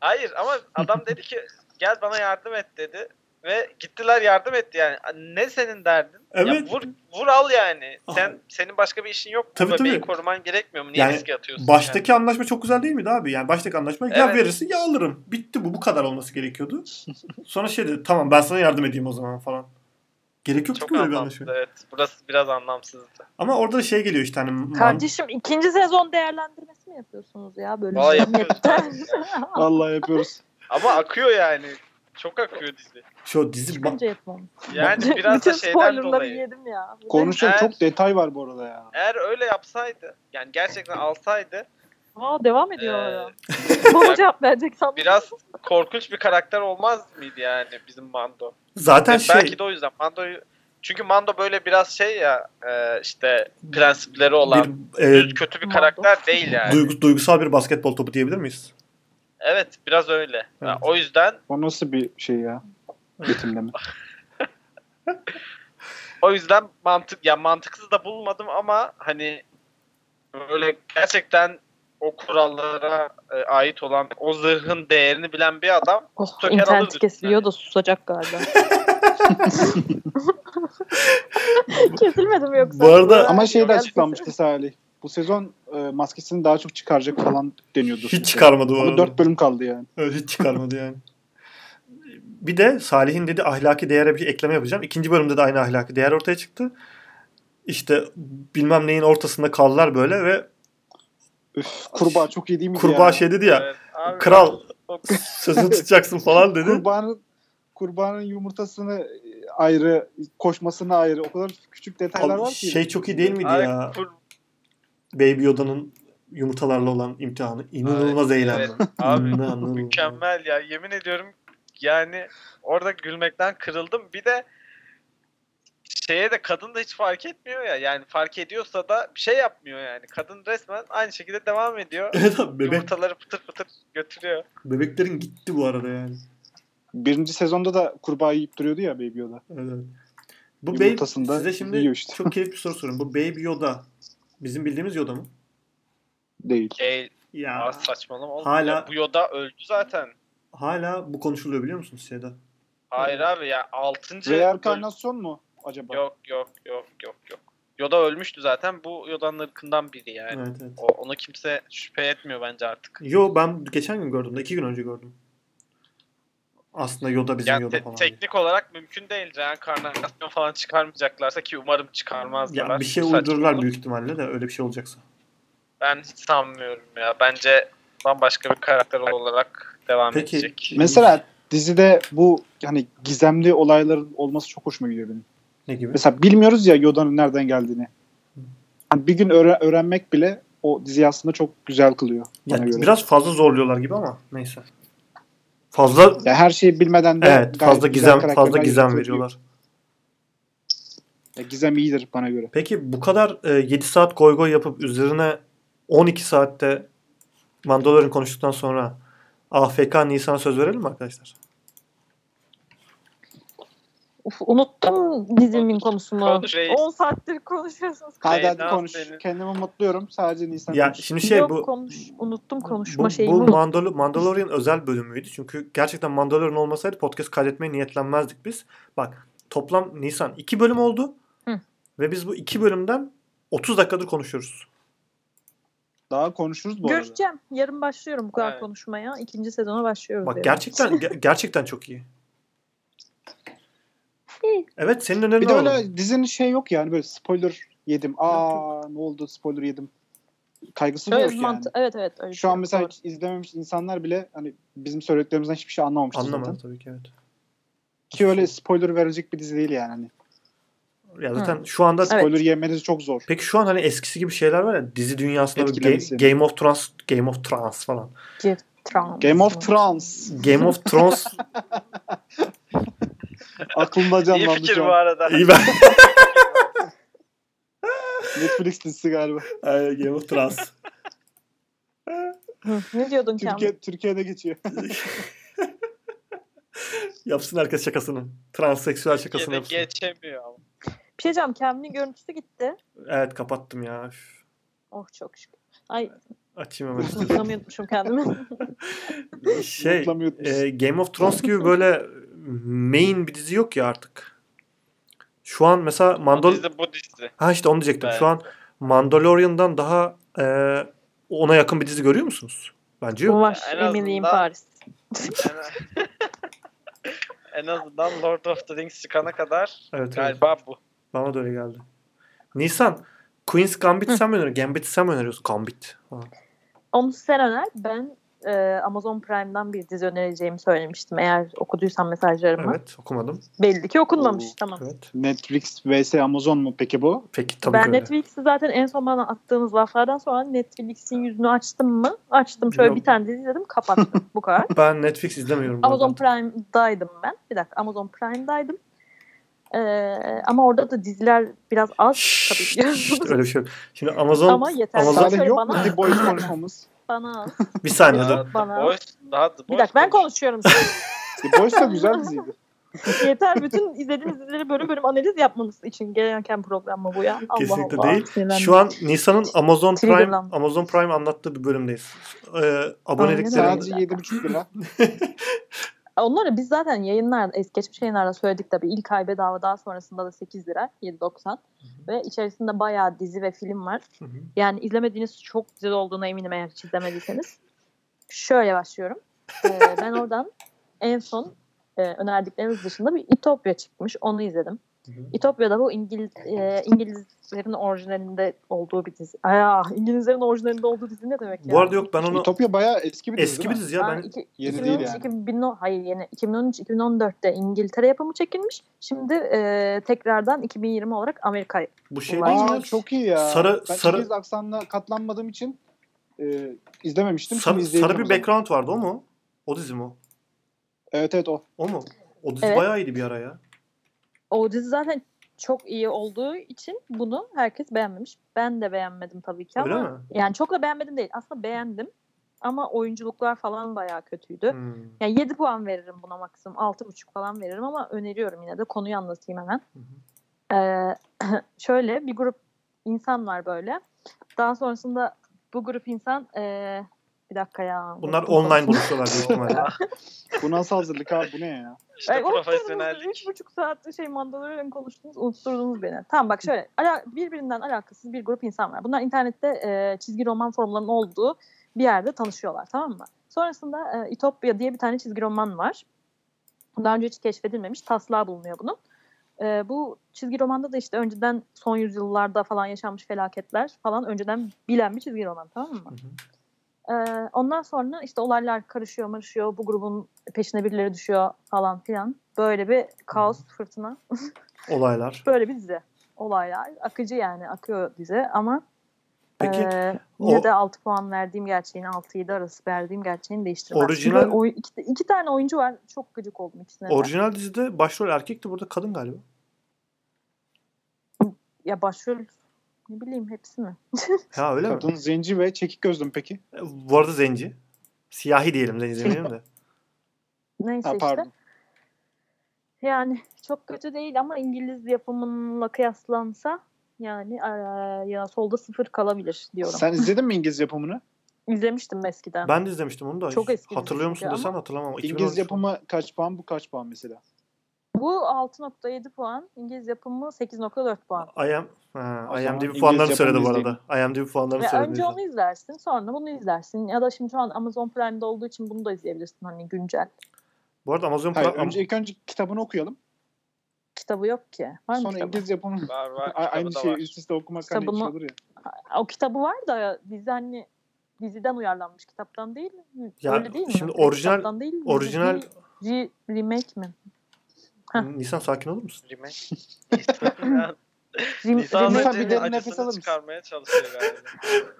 D: Hayır ama adam dedi ki gel bana yardım et dedi. Ve gittiler yardım etti yani. Ne senin derdin? Ya
A: Evet.
D: vur, vur al yani. Sen
A: Aha.
D: senin başka bir işin yok mu?
A: Tabii,
D: Bebeği
A: tabii.
D: koruman gerekmiyor mu? Niye
A: Yani
D: riske atıyorsun?
A: Baştaki anlaşma çok güzel değil miydi abi? Yani baştaki anlaşma ya
D: Evet.
A: verirsin ya alırım. Bitti bu. Bu kadar olması gerekiyordu. Sonra şey dedi tamam ben sana yardım edeyim o zaman falan. Gerek
D: yani?
A: yok ki
D: Çok
A: böyle bir
D: anlamsız.
A: anlaşma.
D: Evet. Burası biraz anlamsızdı.
A: Ama orada şey geliyor işte hani man-
C: Kardeşim ikinci sezon değerlendirmesi mi yapıyorsunuz ya şey bölümde?
D: Vallahi yapıyoruz.
B: Vallahi yapıyoruz.
D: Ama akıyor yani. Çok akıyor dizi.
A: şu dizi ba-
C: Çıkınca yapmam.
D: Yani biraz da
C: Bütün
D: şeyden
C: spoilerları
D: dolayı.
C: yedim ya. Bu
B: Konuşan
D: Evet.
B: çok detay var bu arada ya.
D: Eğer öyle yapsaydı yani gerçekten alsaydı
C: ne- Aa, devam
D: e,
C: ediyor. hala. [laughs] Bana
D: [laughs]
C: cevap verecek sandım.
D: biraz korkunç bir karakter olmaz mıydı yani bizim Mando?
A: zaten
D: Yani
A: şey
D: E, Belki de o yüzden Mando'yu çünkü Mando böyle biraz şey ya e, işte prensipleri olan
A: bir, e,
D: düz kötü bir
C: Mando.
D: karakter değil yani.
A: duygu- duygusal bir basketbol topu diyebilir miyiz?
D: Evet biraz öyle. Yani
A: Evet.
D: o yüzden
B: O nasıl bir şey ya? Betimleme.
D: o yüzden mantık ya mantıksız da bulmadım ama hani böyle gerçekten o kurallara e, ait olan o zırhın değerini bilen bir adam
C: Oh,
D: Töker alırdı.
C: interneti kesiliyor da susacak galiba. [laughs] Kesilmedi mi yoksa?
A: Bu arada-
B: Ama şey de
C: Geldi.
B: açıklanmıştı Salih. Bu sezon e, maskesini daha çok çıkaracak falan deniyordu.
A: Hiç çıkarmadı bu
B: Ama
A: arada.
B: dört bölüm kaldı yani.
A: Evet, Hiç çıkarmadı yani. Bir de Salih'in dedi ahlaki değere bir ekleme yapacağım. İkinci bölümde de aynı ahlaki değer ortaya çıktı. İşte bilmem neyin ortasında kaldılar böyle ve
B: Üf, kurbağa çok iyi değil miydi
A: kurbağa
B: ya?
A: şey dedi ya
D: Evet, abi,
A: kral
D: çok- [laughs]
A: sözünü tutacaksın falan dedi.
B: Kurbağanın kurbağanın yumurtasını ayrı, koşmasını ayrı. O kadar küçük detaylar var
A: Abi,
B: ki.
A: şey çok iyi değil miydi
D: Abi,
A: ya?
D: kur-
A: Baby Yoda'nın yumurtalarla olan imtihanı. İnanılmaz
D: Abi,
A: eğlendim.
D: evet. [laughs] Abi,
A: İnanılmaz.
D: Mükemmel ya yemin ediyorum yani orada gülmekten kırıldım. Bir de şeye de kadın da hiç fark etmiyor ya. Yani fark ediyorsa da bir şey yapmıyor yani. Kadın resmen aynı şekilde devam ediyor.
A: Evet abi bebek,
D: Yumurtaları pıtır pıtır götürüyor.
A: bebeklerin gitti bu arada yani.
B: Birinci sezonda da kurbağa yiyip duruyordu ya Baby Yoda.
A: Evet. Bu Baby,
B: Yumurtasını da
A: size şimdi
B: yiyor işte.
A: çok keyifli
B: [laughs]
A: bir soru sorayım. Bu Baby Yoda bizim bildiğimiz Yoda mı?
B: Değil.
D: Ey
A: Ya
D: aa, saçmalama oğlum.
A: Hala-
D: Ya bu Yoda öldü zaten.
A: hala bu konuşuluyor biliyor musunuz şeyde?
D: Hayır abi ya 6.
B: Reenkarnasyon mu acaba?
D: Yok yok yok yok yok. Yoda ölmüştü zaten. Bu Yoda'nın ırkından biri yani.
A: Evet evet.
D: O, onu kimse şüphe etmiyor bence artık.
A: Yo ben geçen gün gördüm de iki gün önce gördüm. Aslında Yoda bizim
D: Ya
A: Yoda
D: te-
A: falan. diye.
D: teknik olarak mümkün değil. Reenkarnasyon falan çıkarmayacaklarsa ki umarım çıkarmazlar.
A: Ya bir şey
D: Saçma
A: uydururlar
D: olur.
A: büyük ihtimalle de öyle bir şey olacaksa.
D: Ben hiç sanmıyorum ya. Bence bambaşka bir karakter olarak devam
A: Peki.
D: edecek.
B: Mesela dizide bu hani gizemli olayların olması çok hoşuma gidiyor benim.
A: ne gibi?
B: Mesela bilmiyoruz ya Yoda'nın nereden geldiğini. Hani bir gün öğre- öğrenmek bile o dizi aslında çok güzel kılıyor bana
A: Yani
B: göre.
A: biraz fazla zorluyorlar gibi ama neyse. Fazla
B: Ya her şeyi bilmeden de
A: evet
B: gayet
A: fazla
B: güzel
A: gizem
B: karakterler
A: fazla gizem
B: yaratıyor.
A: veriyorlar.
B: Ya gizem iyidir bana göre.
A: Peki bu kadar e, 7 saat goy goy yapıp üzerine 12 saatte Mandalorian konuştuktan sonra AFK Nisan'a söz verelim mi arkadaşlar?
C: Uf, unuttum dizimin konusunu.
D: Konuş reis.
C: 10 saattir konuşuyorsunuz.
B: Hadi
D: Leyla
B: hadi konuş.
D: seni-
B: Kendimi mutluyorum. Sadece Nisan
A: Ya
B: konuş.
A: şimdi şey
C: Yok,
A: bu
C: konuş, unuttum
A: bu,
C: konuşma
A: bu
C: şeyimi. unuttum.
A: Mandal- Mandalorian özel bölümüydü. Çünkü gerçekten Mandalorian olmasaydı podcast kaydetmeye niyetlenmezdik biz. Bak toplam Nisan 2 bölüm oldu.
C: Hı.
A: Ve biz bu 2 bölümden 30 dakikadır konuşuyoruz.
B: Daha konuşuruz bu arada.
C: Görüşeceğim. Yarın başlıyorum bu kadar
D: Evet.
C: konuşmaya. İkinci sezona başlıyoruz.
A: Bak
C: yani.
A: gerçekten ge- gerçekten çok iyi. Evet senin önerin
B: Bir de
A: alalım.
B: öyle dizinin şey yok yani böyle spoiler yedim. Aa ne oldu spoiler yedim. Kaygısı da
C: Şöyle
B: yok
C: bir
B: yani.
C: mantı- Evet evet. öyle bir
B: Şu
C: şey
B: an
C: yok,
B: mesela
C: doğru.
B: hiç izlememiş insanlar bile hani bizim söylediklerimizden hiçbir şey anlamamıştı
A: Anlamadım
B: zaten.
A: tabii ki evet.
B: Ki öyle spoiler verecek bir dizi değil yani. Hani
A: Ya zaten şu anda
C: Evet.
B: spoiler yemeniz çok zor.
A: peki şu an hani eskisi gibi şeyler var ya dizi dünyasında böyle
B: Etkilemesi.
A: Ga- Game of Thrones Game of Thrones falan.
C: Trans.
B: Game of Thrones.
A: Game of Thrones
B: Aklımda
D: İyi
B: canlandı
D: fikir
B: şu
D: bu
B: an.
D: arada.
A: iyi ben.
B: Netflix dizisi galiba.
A: Aynen, Game of Thrones.
C: Hı, Ne diyordun Kamil?
B: Türkiye, Türkiye'de geçiyor.
A: Yapsın herkes şakasını. Transseksüel şakasını
D: Yine
A: yapsın.
D: geçemiyor ama.
C: Bir şey diyeceğim. Kamil'in görüntüsü gitti.
A: Evet kapattım ya. Üf,
C: Oh çok şükür. Ay
A: Açayım
B: [laughs]
A: hemen.
C: mutlamı
A: [laughs]
C: unutmuşum kendimi.
A: [laughs] şey
B: Mutlamıyordum.
A: e, Game of Thrones gibi böyle main bir dizi yok ya artık. Şu an mesela
D: Bu
A: Mandal
D: dizi bu dizi.
A: ha işte onu diyecektim.
D: Evet.
A: Şu an Mandalorian'dan daha e, ona yakın bir dizi görüyor musunuz? Bence yok.
C: Var.
D: En
C: Emily in
D: azından-
C: Paris.
D: En- [laughs] en azından Lord of the Rings çıkana kadar
A: Evet, evet.
D: galiba bu.
A: Bana da öyle geldi. Nisan Queen's Gambit
C: Hı.
A: sen mi öneriyorsun? Gambit'i sen mi öneriyorsun? Gambit. Ha.
C: Onu sen öner. Ben e, Amazon Prime'dan bir dizi önereceğimi söylemiştim. Eğer okuduysan mesajlarımı.
A: Evet okumadım.
C: Belli ki okunmamış.
B: Oo.
C: Tamam.
A: Evet.
B: Netflix vs Amazon mu peki bu?
A: Peki tabii ki
C: ben
A: öyle.
C: Netflix'i zaten en son bana attığınız laflardan sonra Netflix'in yüzünü açtım mı? Açtım. Şöyle
A: Yok.
C: bir tane dizi izledim.
A: [laughs]
C: Kapattım. Bu kadar.
A: Ben Netflix izlemiyorum. bu
C: Amazon
A: arada.
C: Prime'daydım ben. Bir dakika Amazon Prime'daydım. Ee, ama orada da diziler biraz az
A: Şşşt,
C: tabii ki.
A: şşşt, öyle bir şey yok. Şimdi Amazon
C: Ama yeterli.
A: Amazon
B: Sadece
C: Şöyle
B: yok mu
C: bana-
B: The Boys konuşmamız?
C: [laughs] Bana az.
A: bir saniye
D: Ya,
A: dur.
D: The
C: Bana-
D: Boys- daha The
C: Bir
D: Boys
C: dakika ben
D: konuş-
C: konuşuyorum.
B: The Boys da güzel diziydi.
A: [laughs]
C: Yeter bütün izlediğiniz dizileri bölüm bölüm analiz yapmanız için gereken program mı bu ya? Allah
A: Kesinlikle
C: Allah.
A: değil.
C: Sinirlendim.
A: Şu an Nisan'ın Amazon Prime
C: Triggerlandım.
A: Amazon Prime anlattığı bir bölümdeyiz. Ee, aboneliklerin
C: Aynen
B: Sadece 7,5 lira.
C: Onları biz zaten yayınlarda, es- geçmiş yayınlarda söyledik tabii. İlk ay bedava daha sonrasında da 8 lira, 7.90. Ve içerisinde bayağı dizi ve film var.
A: Hı hı.
C: Yani izlemediğiniz çok güzel olduğuna eminim eğer hiç izlemediyseniz. Şöyle başlıyorum. Ee, ben oradan en son e, önerdikleriniz dışında bir İtopya çıkmış. Onu izledim.
A: Hı hı.
C: İtopya'da bu İngiliz, e, İngilizlerin orijinalinde olduğu bir dizi. Aya, İngilizlerin orijinalinde olduğu dizi ne demek ya?
A: Bu arada yok ben [laughs] onu
B: Ütopya bayağı eski bir dizi
A: eski bir
B: dizi.
A: dizi ya ben
C: Ben iki,
B: Yeni
C: 2013,
B: değil yani.
C: 2010 hayır yeni. 2013-2014'te İngiltere yapımı çekilmiş. Şimdi e, tekrardan 2020 olarak Amerika.
A: bu şey
C: Ulan.
A: değil mi?
B: Aa, çok iyi ya.
A: Sarı-
B: ben
A: sarı-
B: İngiliz aksanına katlanmadığım için e, izlememiştim.
A: Sarı,
B: Şimdi
A: sarı
B: izleyeceğim
A: bir
B: o zaman.
A: background vardı o mu? O dizi mi o?
B: Evet evet o.
A: O mu? O dizi
C: Evet.
A: bayağı iyiydi bir ara ya.
C: O dizi zaten çok iyi olduğu için bunu herkes beğenmemiş. Ben de beğenmedim tabii ki
A: Öyle
C: ama
A: mi?
C: yani çok da beğenmedim değil. Aslında beğendim ama oyunculuklar falan bayağı kötüydü.
A: Hmm.
C: Yani 7 puan veririm buna maksimum. 6,5 falan veririm ama öneriyorum yine de konuyu anlatayım hemen.
A: Hı
C: Ee, [clears throat] şöyle bir grup insan var böyle. Daha sonrasında bu grup insan ee, bir dakika ya.
A: Bunlar
C: unuttum
A: online
C: konusunu.
A: buluşuyorlar büyük
C: [laughs]
A: ihtimalle.
B: Bu nasıl hazırlık abi bu ne ya?
D: İşte
C: Ay, unuttunuz beni.
D: profesyonellik.
C: E, Üç buçuk saat şey mandalorian konuştunuz unutturdunuz beni. Tamam bak şöyle ala, birbirinden alakasız bir grup insan var. Bunlar internette e, çizgi roman forumlarının olduğu bir yerde tanışıyorlar tamam mı? Sonrasında e, İtopya diye bir tane çizgi roman var. Daha önce hiç keşfedilmemiş taslağı bulunuyor bunun. E, bu çizgi romanda da işte önceden son yüzyıllarda falan yaşanmış felaketler falan önceden bilen bir çizgi roman tamam mı? E, ondan sonra işte olaylar karışıyor marışıyor. Bu grubun peşine birileri düşüyor falan filan. Böyle bir kaos fırtına.
A: Olaylar.
C: Böyle bir dizi. Olaylar. Akıcı yani akıyor dizi ama
A: Peki
C: Ee,
A: o-
C: yine de 6 puan verdiğim gerçeğini 6-7 arası verdiğim gerçeğini değiştirmez.
A: Orijinal-
C: Çünkü oy- iki, iki tane oyuncu var. Çok gıcık oldum ikisine de.
A: orijinal dizide başrol erkekti burada kadın galiba.
C: ya başrol ne bileyim hepsi mi?
A: Ha öyle mi?
B: Kadın zenci ve çekik gözlüm peki.
A: E, Bu arada zenci. Siyahi diyelim zenci demeyelim
C: [laughs]
A: de.
C: Neyse
B: Ha,
C: işte.
B: pardon.
C: Yani [laughs] çok kötü değil ama İngiliz yapımınla kıyaslansa yani eee, ya solda sıfır kalabilir diyorum.
B: Sen izledin mi İngiliz yapımını?
C: İzlemiştim eskiden.
A: Ben de izlemiştim onu da.
C: Çok eski bir
A: Hatırlıyor musun
C: dizi
A: desen
C: ama-
A: hatırlamam. 2013.
B: İngiliz yapımı kaç puan bu kaç puan mesela?
C: Bu 6.7 puan. İngiliz yapımı 8.4 puan.
A: I am, ha,
B: O
A: IMDb
B: zaman İngiliz
A: puanlarını söyledi bu
B: yapımı
A: arada. IMDb puanlarını
C: Ve
A: söyledi.
C: önce onu izlersin sonra bunu izlersin. Ya da şimdi şu an Amazon Prime'de olduğu için bunu da izleyebilirsin hani güncel.
A: Bu arada Amazon
B: Hayır,
A: Prime-
B: önce ilk önce kitabını okuyalım.
C: Kitabı yok ki. Var mı
B: Sonra
C: kitabı?
B: İngiliz yapımını
D: Var var.
B: A- aynı
D: kitabı da
B: şeyi
D: var.
B: üst üste okumak hani
C: Kitabını-
B: şey olur ya.
C: O kitabı var da dizi hani diziden uyarlanmış kitaptan değil. mi?
A: Ya
C: Öyle değil mi?
A: şimdi
C: Direkt
A: orijinal-
C: kitaptan değil, mi?
A: orijinal-
C: Bir re- remake mi? Heh.
A: Nisan sakin olur musun?
D: [laughs] Remake.
C: Rem-
D: Nisan
B: Nisan
C: remake-
B: bir şey
D: bir
B: derin
D: de
B: nefes alır
D: nefes
B: mısın?
D: çıkarmaya çalışıyor galiba.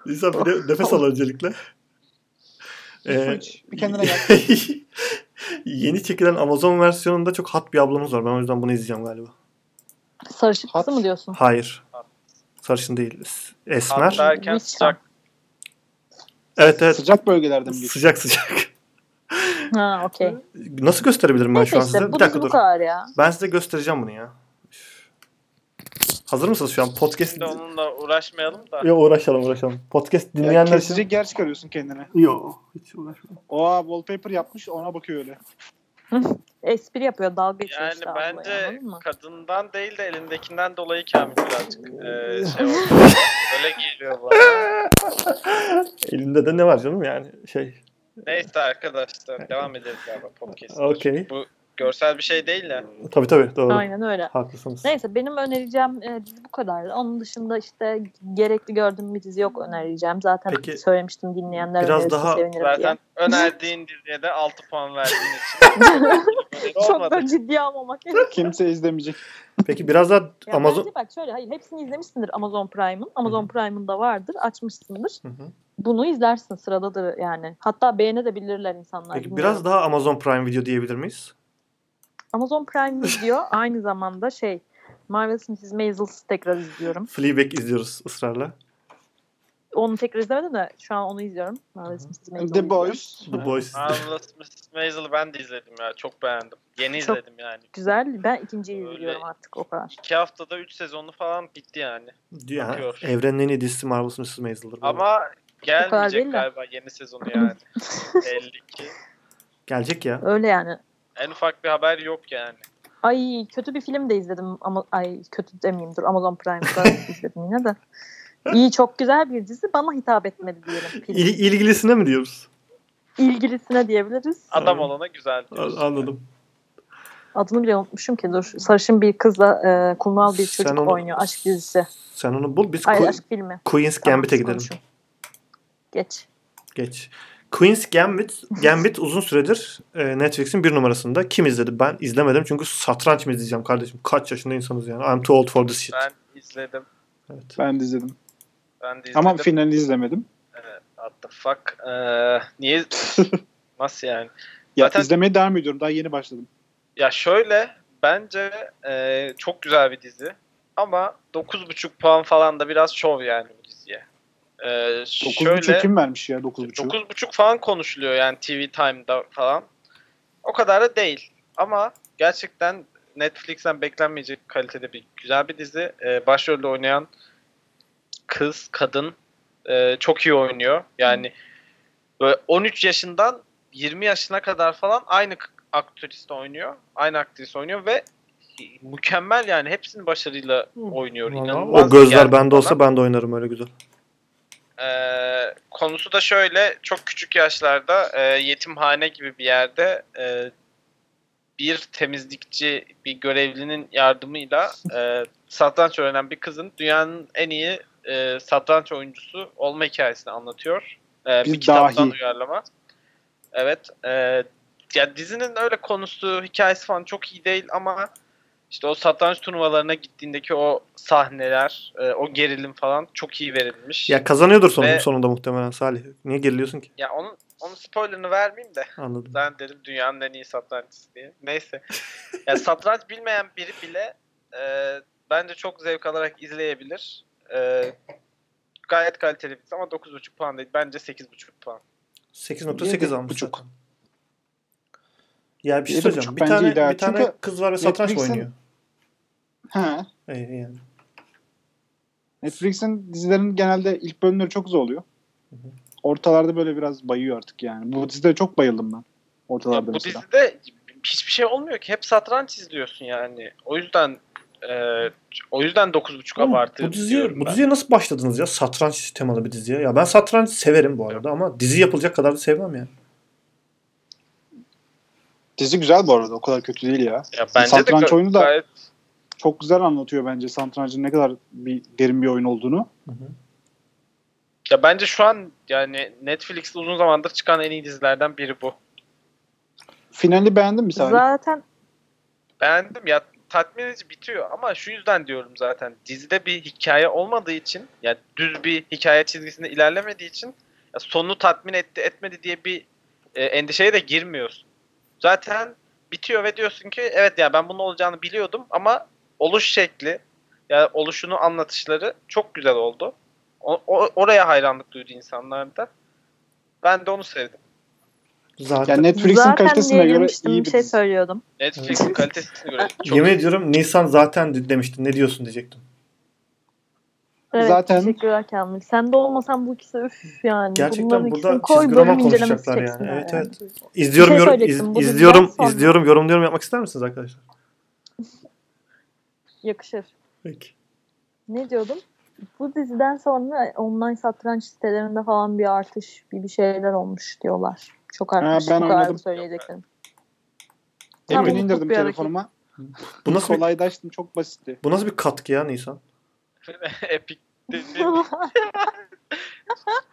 A: Nisan bir de nefes al öncelikle.
B: Su
A: Ee,
B: iç, bir kenara gel.
A: [laughs] yeni çekilen Amazon versiyonunda çok hot bir ablamız var. Ben o yüzden bunu izleyeceğim galiba.
C: Sarışık
B: Hat-
C: kızı mı diyorsun?
A: Hayır. Sarışın değil. S- Esmer.
D: Hatta erken
C: Lütfen.
D: sıcak.
A: evet evet.
B: Sıcak bölgelerde mi geçiyor?
A: Sıcak sıcak.
C: Ha okey.
A: Nasıl gösterebilirim ben
C: Neyse
A: şu an
C: işte
A: size?
C: bu
A: Bir
C: dizi
A: dakika
C: bu
A: dur.
C: kadar ya.
A: Ben size göstereceğim bunu ya. Üf. Hazır mısınız şu an? Podcast
D: Şimdi onunla uğraşmayalım da.
A: Yok uğraşalım uğraşalım. Podcast
B: Ya,
A: dinleyenler
B: kesici
A: için...
B: yer çıkarıyorsun kendine.
A: Yok. Hiç uğraşmam.
B: Oha wallpaper yapmış ona bakıyor öyle.
C: Espri yapıyor dalga geçiyor
D: Yani
C: işte abla ya,
D: bence
C: anladın mı?
D: kadından değil de elindekinden dolayı Kamil birazcık eee,
B: [laughs]
D: şey oldu. Öyle geliyor bana.
A: Elinde de ne var canım yani şey.
D: Neyse arkadaşlar devam edelim galiba podcast.
A: Okey.
D: Görsel bir şey değil de.
A: Tabii tabii doğru.
C: Aynen öyle.
A: Haklısınız.
C: Neyse benim önereceğim e, dizi bu kadardı. Onun dışında işte gerekli gördüğüm bir dizi yok önereceğim. Zaten
A: Peki,
C: söylemiştim dinleyenler
A: biraz
C: önerirse
A: daha-
C: sevinirim
D: Zaten
C: diye.
D: önerdiğin diziye de 6 puan verdiğin
C: [laughs]
D: için. Böyle
C: Çok
D: [laughs] olmadı.
C: da ciddiye
A: [laughs]
C: almamak gerekiyor.
B: Kimse izlemeyecek.
A: Peki biraz daha
C: Ya
A: Amazon...
C: Bence bak şöyle hayır hepsini izlemişsindir Amazon Prime'ın. Amazon Prime'ın da vardır açmışsındır.
A: Hı hı.
C: Bunu izlersin sıradadır yani. Hatta beğene de bilirler insanlar.
A: Peki
C: bilmiyorum.
A: biraz daha Amazon Prime Video diyebilir miyiz?
C: Amazon
A: [laughs]
C: Prime izliyor aynı zamanda şey Marvel's Mrs. Maisels'ı tekrar izliyorum.
A: Fleabag izliyoruz ısrarla.
C: Onu tekrar izlemedim de şu an onu izliyorum. Marvel's Mrs. Maisel'ı
B: The
C: izliyorum.
B: Boys.
A: The Boys.
D: Marvelous Mrs. Maisel'ı ben de izledim ya. Çok beğendim. Yeni
C: Çok-
D: izledim yani.
C: Güzel. Ben ikinciyi
D: Öyle.
C: izliyorum artık o kadar.
D: 2 haftada 3 sezonu falan bitti yani.
A: Ya,
D: Bakıyor.
A: evrenin en iyi dizisi Marvel's Mrs. Maisel'dır. bu arada.
D: Ama
C: kadar değil
D: gelmeyecek
C: de.
D: galiba yeni sezonu yani.
C: [laughs]
D: Belli ki.
A: Gelecek ya.
C: Öyle yani.
D: En ufak bir haber yok yani.
C: Ay kötü bir film de izledim ama ay kötü demeyeyim dur Amazon Prime'da
A: [laughs]
C: izledim yine de. İyi çok güzel bir dizi bana hitap etmedi diyelim. Film.
A: İl, ilgilisine mi diyoruz?
C: İlgilisine diyebiliriz.
D: Adam
A: Tamam.
D: olana güzel diyorsun.
A: A- Anladım.
C: Adını bile unutmuşum ki dur. Sarışın bir kızla e, kumral bir
A: Sen
C: çocuk
A: onu-
C: oynuyor. Aşk dizisi.
A: Sen onu bul. Biz
C: Ay
A: Queen-
C: aşk filmi.
A: Queen's
C: Tamam,
A: Gambit'e
C: biz
A: gidelim.
C: konuşalım. Geç.
A: Geç. Queen's Gambit, Gambit uzun süredir e, Netflix'in bir numarasında. Kim izledi? Ben izlemedim çünkü satranç mı izleyeceğim kardeşim? Kaç yaşında insanız yani? I'm too old for this shit.
D: Ben izledim.
A: Evet.
B: Ben de izledim.
D: Ben de izledim.
B: Ama finali izlemedim.
D: What the fuck? Ee, niye? Nasıl yani?
B: Ya
D: Zaten-
B: izlemeye devam ediyorum. Daha yeni başladım.
D: Ya şöyle bence e, çok güzel bir dizi. Ama 9.5 puan falan da biraz şov yani bu diziye. Ee,
B: 9.5
D: şöyle
B: kim vermiş ya 9.5?
D: 9.5 falan konuşuluyor yani TV Time'da falan. O kadar da değil. Ama gerçekten Netflix'ten beklenmeyecek kalitede bir güzel bir dizi. Ee, başrolde oynayan kız, kadın e, çok iyi oynuyor. Yani böyle 13 yaşından 20 yaşına kadar falan aynı k- aktrist oynuyor. Aynı aktris oynuyor ve mükemmel yani hepsini başarıyla oynuyor.
A: Vallahi
D: İnanılmaz
A: o gözler
D: geldi
A: bende
D: bana.
A: olsa ben de oynarım öyle güzel.
D: Ee, konusu da şöyle çok küçük yaşlarda e, yetimhane gibi bir yerde e, bir temizlikçi bir görevlinin yardımıyla e, satranç öğrenen bir kızın dünyanın en iyi e, satranç oyuncusu olma hikayesini anlatıyor. E, bir
B: Biz
D: kitaptan
B: dahi.
D: uyarlama. Evet. e, ya dizinin öyle konusu, hikayesi falan çok iyi değil ama İşte o satranç turnuvalarına gittiğindeki o sahneler, e, o gerilim falan çok iyi verilmiş. Ya,
A: Ya kazanıyordur sonunda,
D: Ve-
A: sonunda muhtemelen Salih. Niye geriliyorsun ki?
D: onun onun spoilerını vermeyeyim de
A: Anladım.
D: ben dedim dünyanın en iyi satranççısı diye. Neyse.
B: [laughs]
D: ya satranç bilmeyen biri bile e, bence çok zevk alarak izleyebilir. E, gayet kaliteli bir dizi ama 9.5 puan değil. Bence 8.5 puan.
A: 8.8 almış
B: buçuk.
A: zaten. Ya bir şey
B: Yedi
A: söyleyeceğim.
B: buçuk
A: Bir
B: bence
A: tane,
B: ideal.
A: bir tane
B: Çünkü
A: kız var ve satranç mı
B: Netflix'in-
A: oynuyor.
B: He.
A: Ee, yani.
B: Netflix'in dizilerinin genelde ilk bölümleri çok zor oluyor.
A: hı.
B: Ortalarda böyle biraz bayıyor artık yani. Bu dizide çok bayıldım ben.
D: Ya
B: Ortalarda
D: bu
B: mesela.
D: dizide hiçbir şey olmuyor ki. Hep satranç izliyorsun yani. O yüzden e, o yüzden 9.5
A: Ama
D: abartı.
A: bu diziye,
D: diyorum
A: bu
D: ben.
A: diziye nasıl başladınız ya? Satranç temalı bir diziye. Ya ben satranç severim bu arada ama dizi yapılacak kadar da sevmem yani.
B: Dizi güzel bu arada. O kadar kötü değil ya.
D: Ya bence
B: satranç
D: de ga-
B: oyunu da-
D: gayet
B: Çok güzel anlatıyor bence satrancın ne kadar bir derin bir oyun olduğunu.
D: Ya bence şu an yani Netflix'te uzun zamandır çıkan en iyi dizilerden biri bu.
B: Finali beğendin mi sen?
C: Zaten
D: Beğendim ya tatmin edici bitiyor ama şu yüzden diyorum zaten dizide bir hikaye olmadığı için yani düz bir hikaye çizgisinde ilerlemediği için ya sonu tatmin etti etmedi diye bir e, endişeye de girmiyorsun. Zaten bitiyor ve diyorsun ki evet ya ben bunun olacağını biliyordum ama oluş şekli ya oluşunu anlatışları çok güzel oldu. O, o- oraya hayranlık duydu insanlarda. Ben de onu sevdim.
A: Zaten
B: Yani Netflix'in
C: zaten
B: kalitesine
C: neye
B: göre
C: girmiştim,
B: iyi
C: bir
B: bir
C: şey
B: dizi.
C: söylüyordum.
D: Netflix'in
B: [laughs]
D: kalitesini göre. Çok
A: yemin ediyorum Nisan zaten de- demiştin. Ne diyorsun diyecektim.
C: Evet,
B: Zaten-
C: teşekkürler Kamil. Sen de olmasan bu ikisi üf yani.
A: Gerçekten
C: Bunların
A: burada
C: ikisini koy
A: çizgi roman
C: bölüm incelemesi
A: konuşacaklar yani.
C: çeksinler
A: Evet
C: yani.
A: evet. İzliyorum,
C: Bir şey
A: yorum, iz,
C: söyleyecektim. Bu
A: izliyorum,
C: diziden sonra-
A: izliyorum, yorumluyorum yapmak ister misiniz arkadaşlar?
C: Yakışır.
A: Peki.
C: Ne diyordum? Bu diziden sonra online satranç sitelerinde falan bir artış, bir, bir şeyler olmuş diyorlar. Çok artmış.
B: Ha, ben
C: bu kadar
B: oynadım.
C: söyleyeceklerim.
A: Tamam,
B: Oyunu
A: bu
B: indirdim
C: bir
B: telefonuma.
A: Bu nasıl bir,
B: Kolaylaştım çok basitti.
A: bu nasıl bir katkı ya Nisan?
D: [laughs] epik dedi.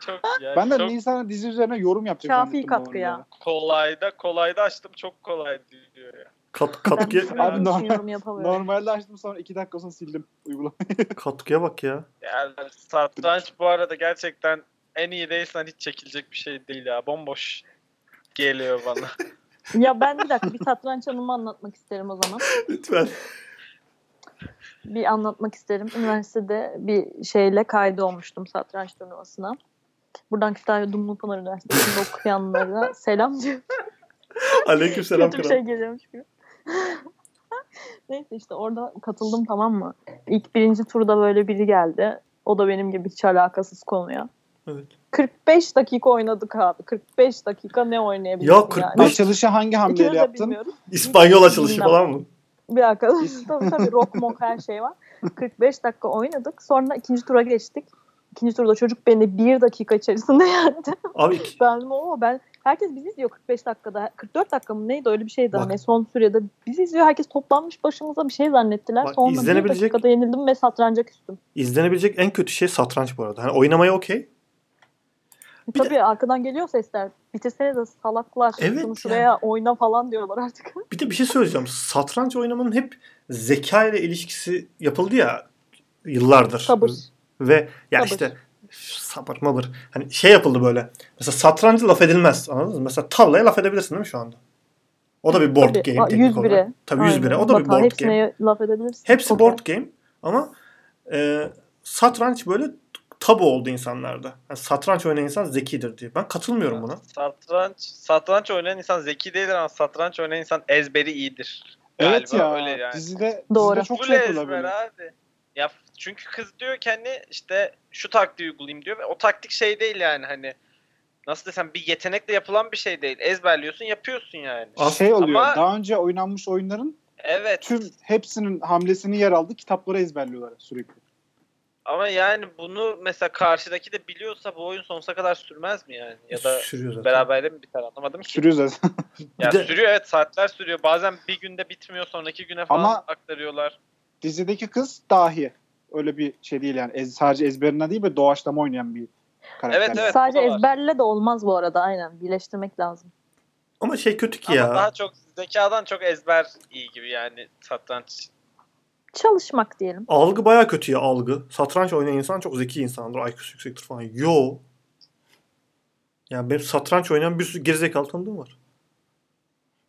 D: çok yani
B: Ben de
D: çok
B: Nisan'a dizi üzerine yorum yapacak.
C: Şafii
B: zannettim
C: katkı
B: bu
C: ya.
B: arada.
D: kolayda kolayda açtım çok kolay diyor ya.
B: [laughs]
A: Kat,
C: Ben
A: katkı,
B: [laughs]
C: düşünmediğim
B: Abi
C: için
B: normal-
C: yorum yapamıyorum.
B: Normalde açtım sonra iki dakika sonra sildim uygulamayı.
A: katkıya bak ya.
D: Yani satranç bu arada gerçekten en iyi değilsen hiç çekilecek bir şey değil ya. Bomboş geliyor
B: [laughs]
D: bana.
C: [laughs] ya ben bir dakika bir satranç anımı anlatmak isterim o zaman.
A: Lütfen.
C: bir anlatmak isterim. Üniversitede bir şeyle kaydolmuştum satranç turnuvasına. Buradan Kütahya Dumlupınar Üniversitesi'nde [laughs] okuyanlara selam diyor.
A: Aleyküm selam
C: Kötü bir
A: kral.
C: şey geliyormuş gibi. [laughs] Neyse işte orada katıldım tamam mı? İlk birinci turda böyle biri geldi. O da benim gibi hiç alakasız konuya.
A: Evet.
C: 45 dakika oynadık abi. 45 dakika ne oynayabilirsin
A: Ya
C: yani?
A: 45
B: Açılışı hangi
C: İkimiz
B: hamleyle
C: Hani de
B: yaptın?
C: bilmiyoruz.
A: İspanyol açılışı
C: Bilmem.
A: falan mı?
C: Bir arkadaş. tabii tabii rock mok her şey var. 45 dakika oynadık. Sonra ikinci tura geçtik. İkinci turda çocuk beni bir dakika içerisinde [laughs] yendi.
A: Abi iki-
C: Ben o ben herkes bizi izliyor 45 dakikada. 44 dakika mı neydi öyle bir şeydi.
A: Bak.
C: Hani son sürede bizi izliyor. Herkes toplanmış başımıza bir şey zannettiler.
A: Bak,
C: Sonra bir
A: izlenebilecek-
C: dakikada yenildim ve satranca küstüm.
A: izlenebilecek en kötü şey satranç bu arada. Hani oynamaya okey. Bir de-
C: tabii arkadan geliyor sesler. Bitirsene de salaklar.
A: Evet
C: şunu şuraya oyna falan diyorlar artık.
A: Bir de bir şey söyleyeceğim. Satranç oynamanın hep zeka ile ilişkisi yapıldı ya yıllardır.
C: Sabır.
A: Ve ya
C: Sabır.
A: işte sabır mabır. Hani şey yapıldı böyle. Mesela satrancı laf edilmez. Anladınız mı? Mesela tavlaya laf edebilirsin değil mi şu anda? O da bir board
C: Tabii.
A: game
C: Aa,
A: teknik
C: 101'e.
A: olarak. Tabii 101.
C: Aynen.
A: O da bir
C: Bak,
A: board
C: hepsine
A: game.
C: laf edebilirsin.
A: Hepsi
C: Tabii.
A: board game ama e, satranç böyle tabu oldu insanlarda. Yani satranç oynayan insan zekidir diye. Ben katılmıyorum buna.
D: satranç satranç oynayan insan zeki değildir ama satranç oynayan insan ezberi iyidir.
B: Evet
D: Galiba
B: ya.
D: öyle yani.
B: Dizide,
C: Doğru.
B: dizide çok
D: Bu
B: şey
D: ne
B: yapıyorlar
D: ezber
B: böyle.
D: abi? Ya f- çünkü kız diyor ki hani işte şu taktiği uygulayayım diyor ve o taktik şey değil yani hani nasıl desem bir yetenekle yapılan bir şey değil. Ezberliyorsun yapıyorsun yani.
B: Şey oluyor.
D: Ama-
B: Daha önce oynanmış oyunların
D: Evet
B: tüm hepsinin hamlesini yer aldı. Kitapları ezberliyorlar sürekli.
D: ama yani bunu mesela karşıdaki de biliyorsa bu oyun sonsuza kadar sürmez mi yani? Ya da
A: sürüyor zaten.
D: beraberle mi biter anlamadım ki.
B: Sürüyor zaten. [laughs]
D: Ya
A: Bir de-
D: sürüyor evet saatler sürüyor. Bazen bir günde bitmiyor sonraki güne falan
B: Ama-
D: aktarıyorlar.
B: Dizideki kız dahi. Öyle bir şey değil yani. Ez- sadece ezberinden değil ve doğaçlama oynayan bir karakter.
D: Evet, evet.
C: Sadece
D: o da var.
C: ezberle de olmaz bu arada aynen. Birleştirmek lazım.
A: Ama şey kötü ki
D: Ama
A: ya.
D: daha çok zekadan çok ezber iyi gibi yani satranç
C: Çalışmak diyelim.
A: Algı baya kötü ya algı. Satranç oynayan insan çok zeki insandır. IQ'su yüksektir falan. Yo. Yani benim satranç oynayan bir sürü gerizekalı tanıdığım var.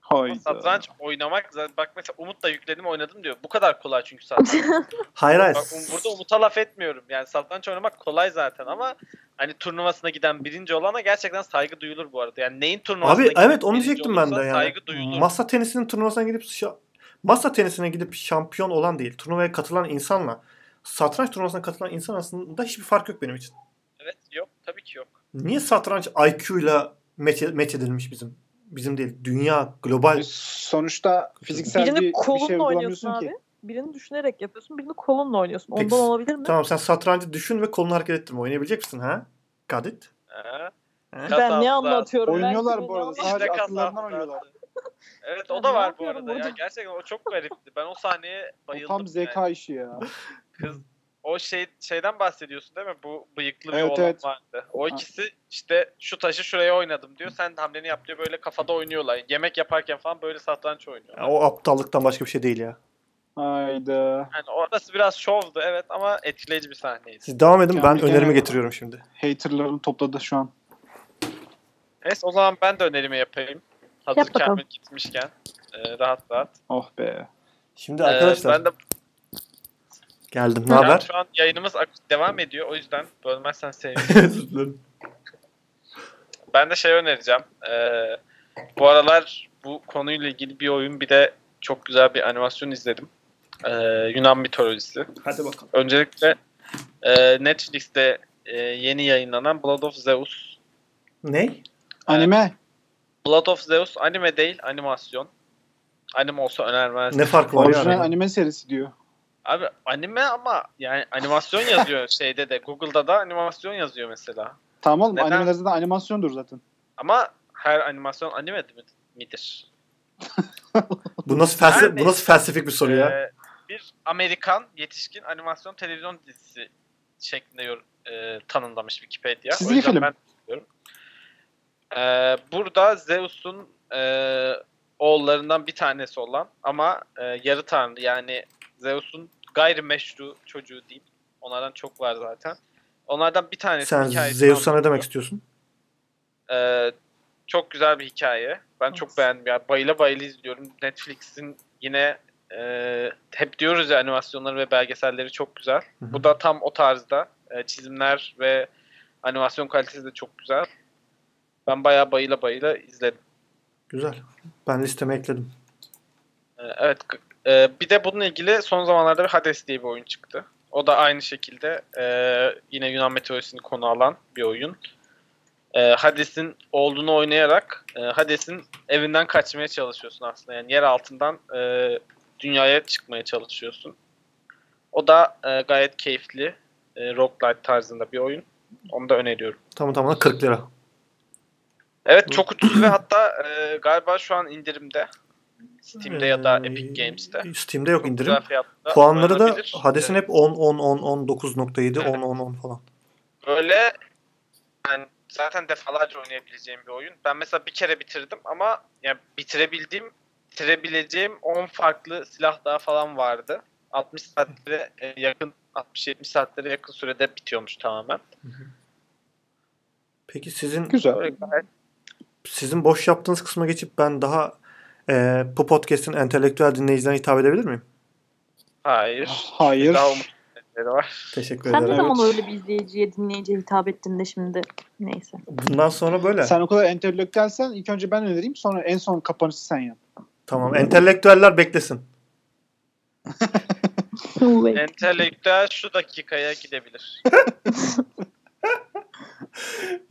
D: Ama
B: Hayda.
D: Satranç oynamak zaten bak mesela Umut da yükledim oynadım diyor. Bu kadar kolay çünkü satranç.
A: Hayır hayır.
D: Bak, Um- burada Umut'a laf etmiyorum. Yani satranç oynamak kolay zaten ama hani turnuvasına giden birinci olana gerçekten saygı duyulur bu arada. Yani neyin turnuvasına
A: Abi
D: gidip
A: evet onu
D: birinci
A: diyecektim ben de
D: olursan
A: yani.
D: Saygı duyulur.
A: Masa tenisinin turnuvasına gidip şa- masa tenisine gidip şampiyon olan değil, turnuvaya katılan insanla satranç turnuvasına katılan insan arasında hiçbir fark yok benim için.
D: evet yok tabii ki yok.
A: Niye satranç IQ'yla meç, meç edilmiş bizim? Bizim değil. Dünya global
B: Sonuçta fiziksel
C: birini
B: bir, bir
C: kolunla
B: şey
C: oynuyorsun
B: uygulamıyorsun
C: abi.
B: ki.
C: Birini düşünerek yapıyorsun. Birini kolunla oynuyorsun.
A: Peki,
C: Ondan olabilir mi?
A: Tamam sen satrancı düşün ve kolunu hareket ettirme. Oynayabilecek misin ha? Kadit.
D: Ha?
A: Ha?
D: Kas
C: Ben ne
D: hafızası.
C: anlatıyorum?
B: Oynuyorlar
C: Ben
B: bu arada.
C: kimin ne
B: Sadece
D: kas
B: akıllarından
D: hafızası.
B: oynuyorlar.
D: Evet
C: Ben
D: o da
C: ne
D: var bu
C: yapıyorum
D: arada. Ya.
C: burada?
D: Gerçekten o çok garipti. Ben o sahneye
B: O
D: bayıldım.
B: tam
D: yani.
B: zeka işi ya.
D: kız o şey şeyden bahsediyorsun değil mi? Bu bıyıklı bir
B: Evet,
D: oğlan
B: evet.
D: vardı. O
B: Ha.
D: ikisi işte şu taşı şuraya oynadım diyor. Sen hamleni yap diyor. Böyle kafada oynuyorlar. Yemek yaparken falan böyle satranç oynuyor.
A: Ya, o aptallıktan başka bir şey değil ya.
B: Hayda.
D: Yani orası biraz şovdu evet ama etkileyici bir sahneydi.
A: Siz devam edin
B: Ya,
A: ben
B: bir
A: önerimi
B: tane-
A: getiriyorum şimdi.
B: Haterlarını topladı şu an.
D: Neyse o zaman ben de önerimi yapayım. Hazır
C: Yap bakalım.
D: Kamil gitmişken. e, rahat rahat.
B: Oh be.
A: Şimdi
D: E,
A: arkadaşlar
D: ben de
A: geldim. Ne
D: yani
A: haber?
D: şu an yayınımız ak- devam ediyor. O yüzden bölmezsen sevinirim. [laughs]
A: Özür dilerim.
D: Ben de şey önereceğim. Ee, bu aralar bu konuyla ilgili bir oyun bir de çok güzel bir animasyon izledim. Ee, Yunan mitolojisi.
A: [laughs] Hadi bakalım.
D: Öncelikle e, Netflix'te e, yeni yayınlanan Blood of Zeus.
A: Ne?
B: Anime.
D: Blood of Zeus anime değil animasyon. Anime olsa önermezdim.
A: Ne farkı var
B: Orijinal
A: yani?
B: anime serisi diyor.
D: Abi anime ama yani animasyon yazıyor [laughs] şeyde de Google'da da animasyon yazıyor mesela.
B: Tamam oğlum
D: Neden?
B: animeler zaten animasyondur zaten.
D: Ama her animasyon anime mi- midir?
A: Bu nasıl felsefe
D: Yani-
A: bu nasıl felsefik bir soru ya?
D: Ee, bir Amerikan yetişkin animasyon televizyon dizisi şeklinde yor, e, tanımlamış Wikipedia. O
B: Çizgi
D: yüzden
B: film.
D: ben diyorum. Ee, burada Zeus'un e, oğullarından bir tanesi olan ama e, yarı tanrı yani Zeus'un gayrimeşru çocuğu diyeyim. Onlardan çok var zaten. Onlardan bir tanesi
A: Sen
D: hikayesini
A: Zeus'a ne
D: anlatıyor.
A: demek istiyorsun?
D: Ee, çok güzel bir hikaye. Ben çok beğendim. Yani bayıla bayıla izliyorum. Netflix'in yine e, hep diyoruz ya animasyonları ve belgeselleri çok güzel.
A: Hı hı.
D: Bu da tam o tarzda. E, çizimler ve animasyon kalitesi de çok güzel. Ben bayağı bayıla bayıla izledim.
A: Güzel. Ben listeme ekledim.
D: E, evet. g- e, bir de bununla ilgili son zamanlarda bir Hades diye bir oyun çıktı. O da aynı şekilde e, yine Yunan mitolojisini konu alan bir oyun. E, Hades'in oğlunu oynayarak e, Hades'in evinden kaçmaya çalışıyorsun aslında. Yani yer altından e, dünyaya çıkmaya çalışıyorsun. O da e, gayet keyifli. E, roguelite tarzında bir oyun. Onu da öneriyorum.
A: Tamam tamam 40 lira.
D: Evet çok ucuz ve hatta e, galiba şu an indirimde. Steam'de ya da
A: Ee,
D: Epic Games'te.
A: Steam'de yok
D: Çok
A: indirim.
D: güzel fiyatta
A: Puanları da
D: oynanabilir.
A: Hades'in
D: Evet.
A: hep 10 10 10 10 9.7 10 10 10 falan.
D: böyle yani zaten defalarca oynayabileceğim bir oyun. Ben mesela bir kere bitirdim ama yani bitirebildiğim bitirebileceğim 10 farklı silah daha falan vardı. 60 saatlere e, yakın 60-70 saatlere yakın sürede bitiyormuş tamamen.
A: Peki sizin
B: Güzel.
D: Böyle gayet
A: sizin boş yaptığınız kısma geçip ben daha e, bu podcast'in entelektüel dinleyicilerine hitap edebilir miyim?
D: hayır.
B: Hayır.
D: Daha umutları
A: [laughs]
D: var.
A: Teşekkür
C: Sen ne
A: ederim.
B: Evet.
C: zaman öyle bir izleyiciye, dinleyiciye hitap ettin de şimdi [laughs] neyse.
A: Bundan sonra böyle.
B: Sen o kadar entelektüelsen ilk önce ben önereyim sonra en son kapanışı sen yap.
A: Tamam entelektüeller beklesin.
D: Entelektüel şu dakikaya gidebilir.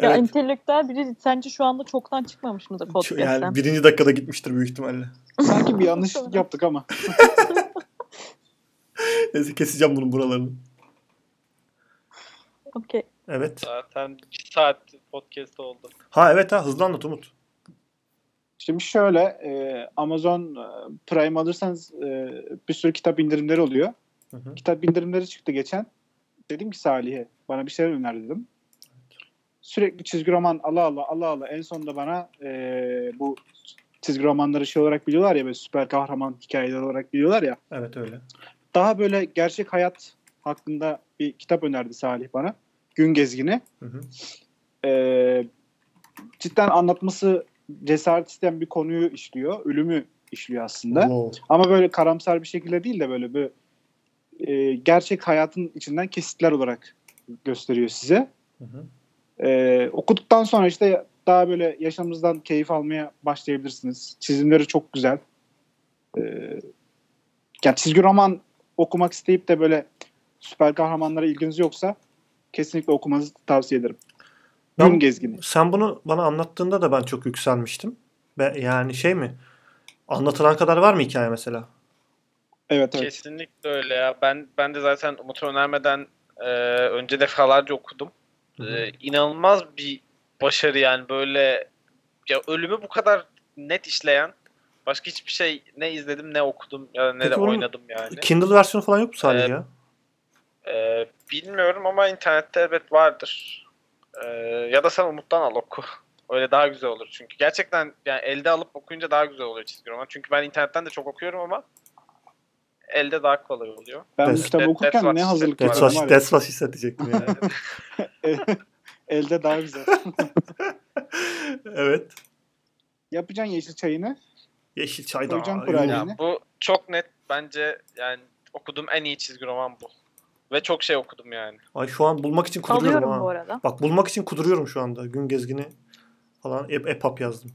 C: Ya
A: Evet.
C: entelektüel biri sence şu anda çoktan çıkmamış mıdır
A: Şu-
C: podcast'ten?
A: Yani birinci dakikada gitmiştir büyük ihtimalle. [laughs]
B: Belki bir yanlışlık yaptık ama.
A: Neyse keseceğim bunun buralarını.
C: Okey.
A: Evet.
D: Zaten bir saat podcast oldu.
A: Ha evet ha hızlı anlat Umut.
B: Şimdi şöyle e, Amazon e, Prime alırsanız e, bir sürü kitap indirimleri oluyor.
A: Hı hı.
B: Kitap indirimleri çıktı geçen. Dedim ki Salih'e bana bir şeyler öner dedim. Sürekli çizgi roman ala ala ala ala en sonunda bana e, bu çizgi romanları şey olarak biliyorlar ya böyle süper kahraman hikayeleri olarak biliyorlar ya.
A: Evet öyle.
B: daha böyle gerçek hayat hakkında bir kitap önerdi Salih bana. Gün Gezgini.
A: Hı hı.
B: Ee, cidden anlatması cesaret isteyen bir konuyu işliyor. Ölümü işliyor aslında.
A: Wow.
B: Ama böyle karamsar bir şekilde değil de böyle bir e, gerçek hayatın içinden kesitler olarak gösteriyor size.
A: Hı hı.
B: Ee, okuduktan sonra işte daha böyle yaşamımızdan keyif almaya başlayabilirsiniz. Çizimleri çok güzel. Ee, ya çizgi roman okumak isteyip de böyle süper kahramanlara ilginiz yoksa kesinlikle okumanızı tavsiye ederim.
A: Ben-
B: Gün gezgini.
A: Sen bunu bana anlattığında da ben çok yükselmiştim. Ve yani şey mi? Anlatılan kadar var mı hikaye mesela?
B: Evet evet.
D: Kesinlikle öyle ya. Ben ben de zaten Umut'u önermeden e, önce defalarca okudum.
A: Hı hı.
D: E, inanılmaz bir başarı yani böyle ya ölümü bu kadar net işleyen başka hiçbir şey ne izledim ne okudum ya da ne
A: Peki
D: de
A: onun
D: oynadım yani.
A: Kindle versiyonu falan yok mu Salih
D: Evet.
A: ya?
D: E, bilmiyorum ama internette elbet vardır. E, ya da sen Umut'tan al oku. Öyle daha güzel olur çünkü. Gerçekten yani elde alıp okuyunca daha güzel oluyor çizgi roman. Çünkü ben internetten de çok okuyorum ama elde daha kolay oluyor.
B: Ben bu
A: That's-
B: kitabı
D: that- that's
B: okurken
D: what
B: ne
D: she
B: hazırlık
D: said.
A: That's
B: yapıyordum
A: what,
B: var ya.
A: that's what she said diyecektim yani.
D: [laughs]
A: [laughs]
B: [laughs] Elde daha güzel.
A: evet.
B: Yapacaksın yeşil çayını.
A: Yeşil çay da.
B: Koyacağım
A: Yuh.
B: kurabiyeni.
D: Ya bu çok net bence yani okuduğum en iyi çizgi roman bu. Ve çok şey okudum yani.
A: Ay şu an bulmak için kuduruyorum
C: Alıyorum bu
A: ha.
C: arada.
A: Bak bulmak için kuduruyorum şu anda. Gün gezgini falan ep- epap yazdım.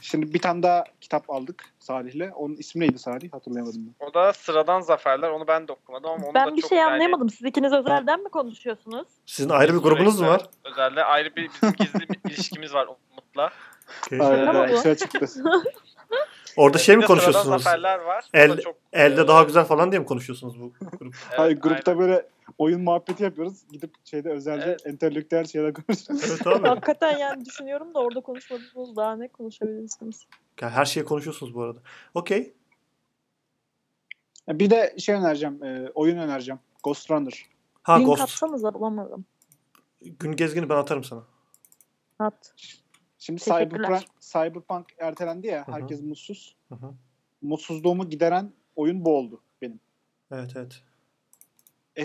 B: Şimdi bir tane daha kitap aldık Salih'le. Onun ismi neydi Salih? Hatırlayamadım ben.
D: O da Sıradan Zaferler. Onu ben de okumadım ama onu da
C: Ben bir
D: çok
C: şey
D: yani
C: anlayamadım. Siz ikiniz özelden mi konuşuyorsunuz?
A: Sizin ayrı bir grubunuz mu var?
D: Özelde ayrı bir bizim gizli
C: [laughs]
D: bir ilişkimiz var Umut'la.
A: Okey.
C: Ama
B: Aynen,
C: bu-
B: güzel Ee, çıktı.
A: Orada şey
D: Ee, Bir
A: mi
D: de Sıradan
A: konuşuyorsunuz?
D: Zaferler var. O da
A: El-
D: çok,
A: Elde
D: e,
A: daha güzel falan diye mi konuşuyorsunuz bu
D: [laughs]
A: grup?
D: evet,
B: Hayır grupta
D: aynen.
B: böyle oyun muhabbeti yapıyoruz. Gidip şeyde özelce
D: Evet.
B: entelektüel şeyler [laughs] konuşuyoruz.
A: evet abi.
C: Hakikaten yani düşünüyorum da orada konuşmadığınız daha ne konuşabilirsiniz?
A: Ya Her şeyi konuşuyorsunuz bu arada. Okey.
B: Bir de şey önereceğim. e, oyun önereceğim. Ghost Runner.
A: Ha
C: Link
A: Ghost.
C: atsanız da bulamadım.
A: Gün gezgini ben atarım sana. [laughs]
C: At.
B: Şimdi
C: Teşekkürler.
B: Cyberpunk, Cyberpunk ertelendi ya.
A: Hı hı.
B: Herkes mutsuz.
A: Hı hı.
B: Mutsuzluğumu gideren oyun bu oldu benim.
A: Evet evet.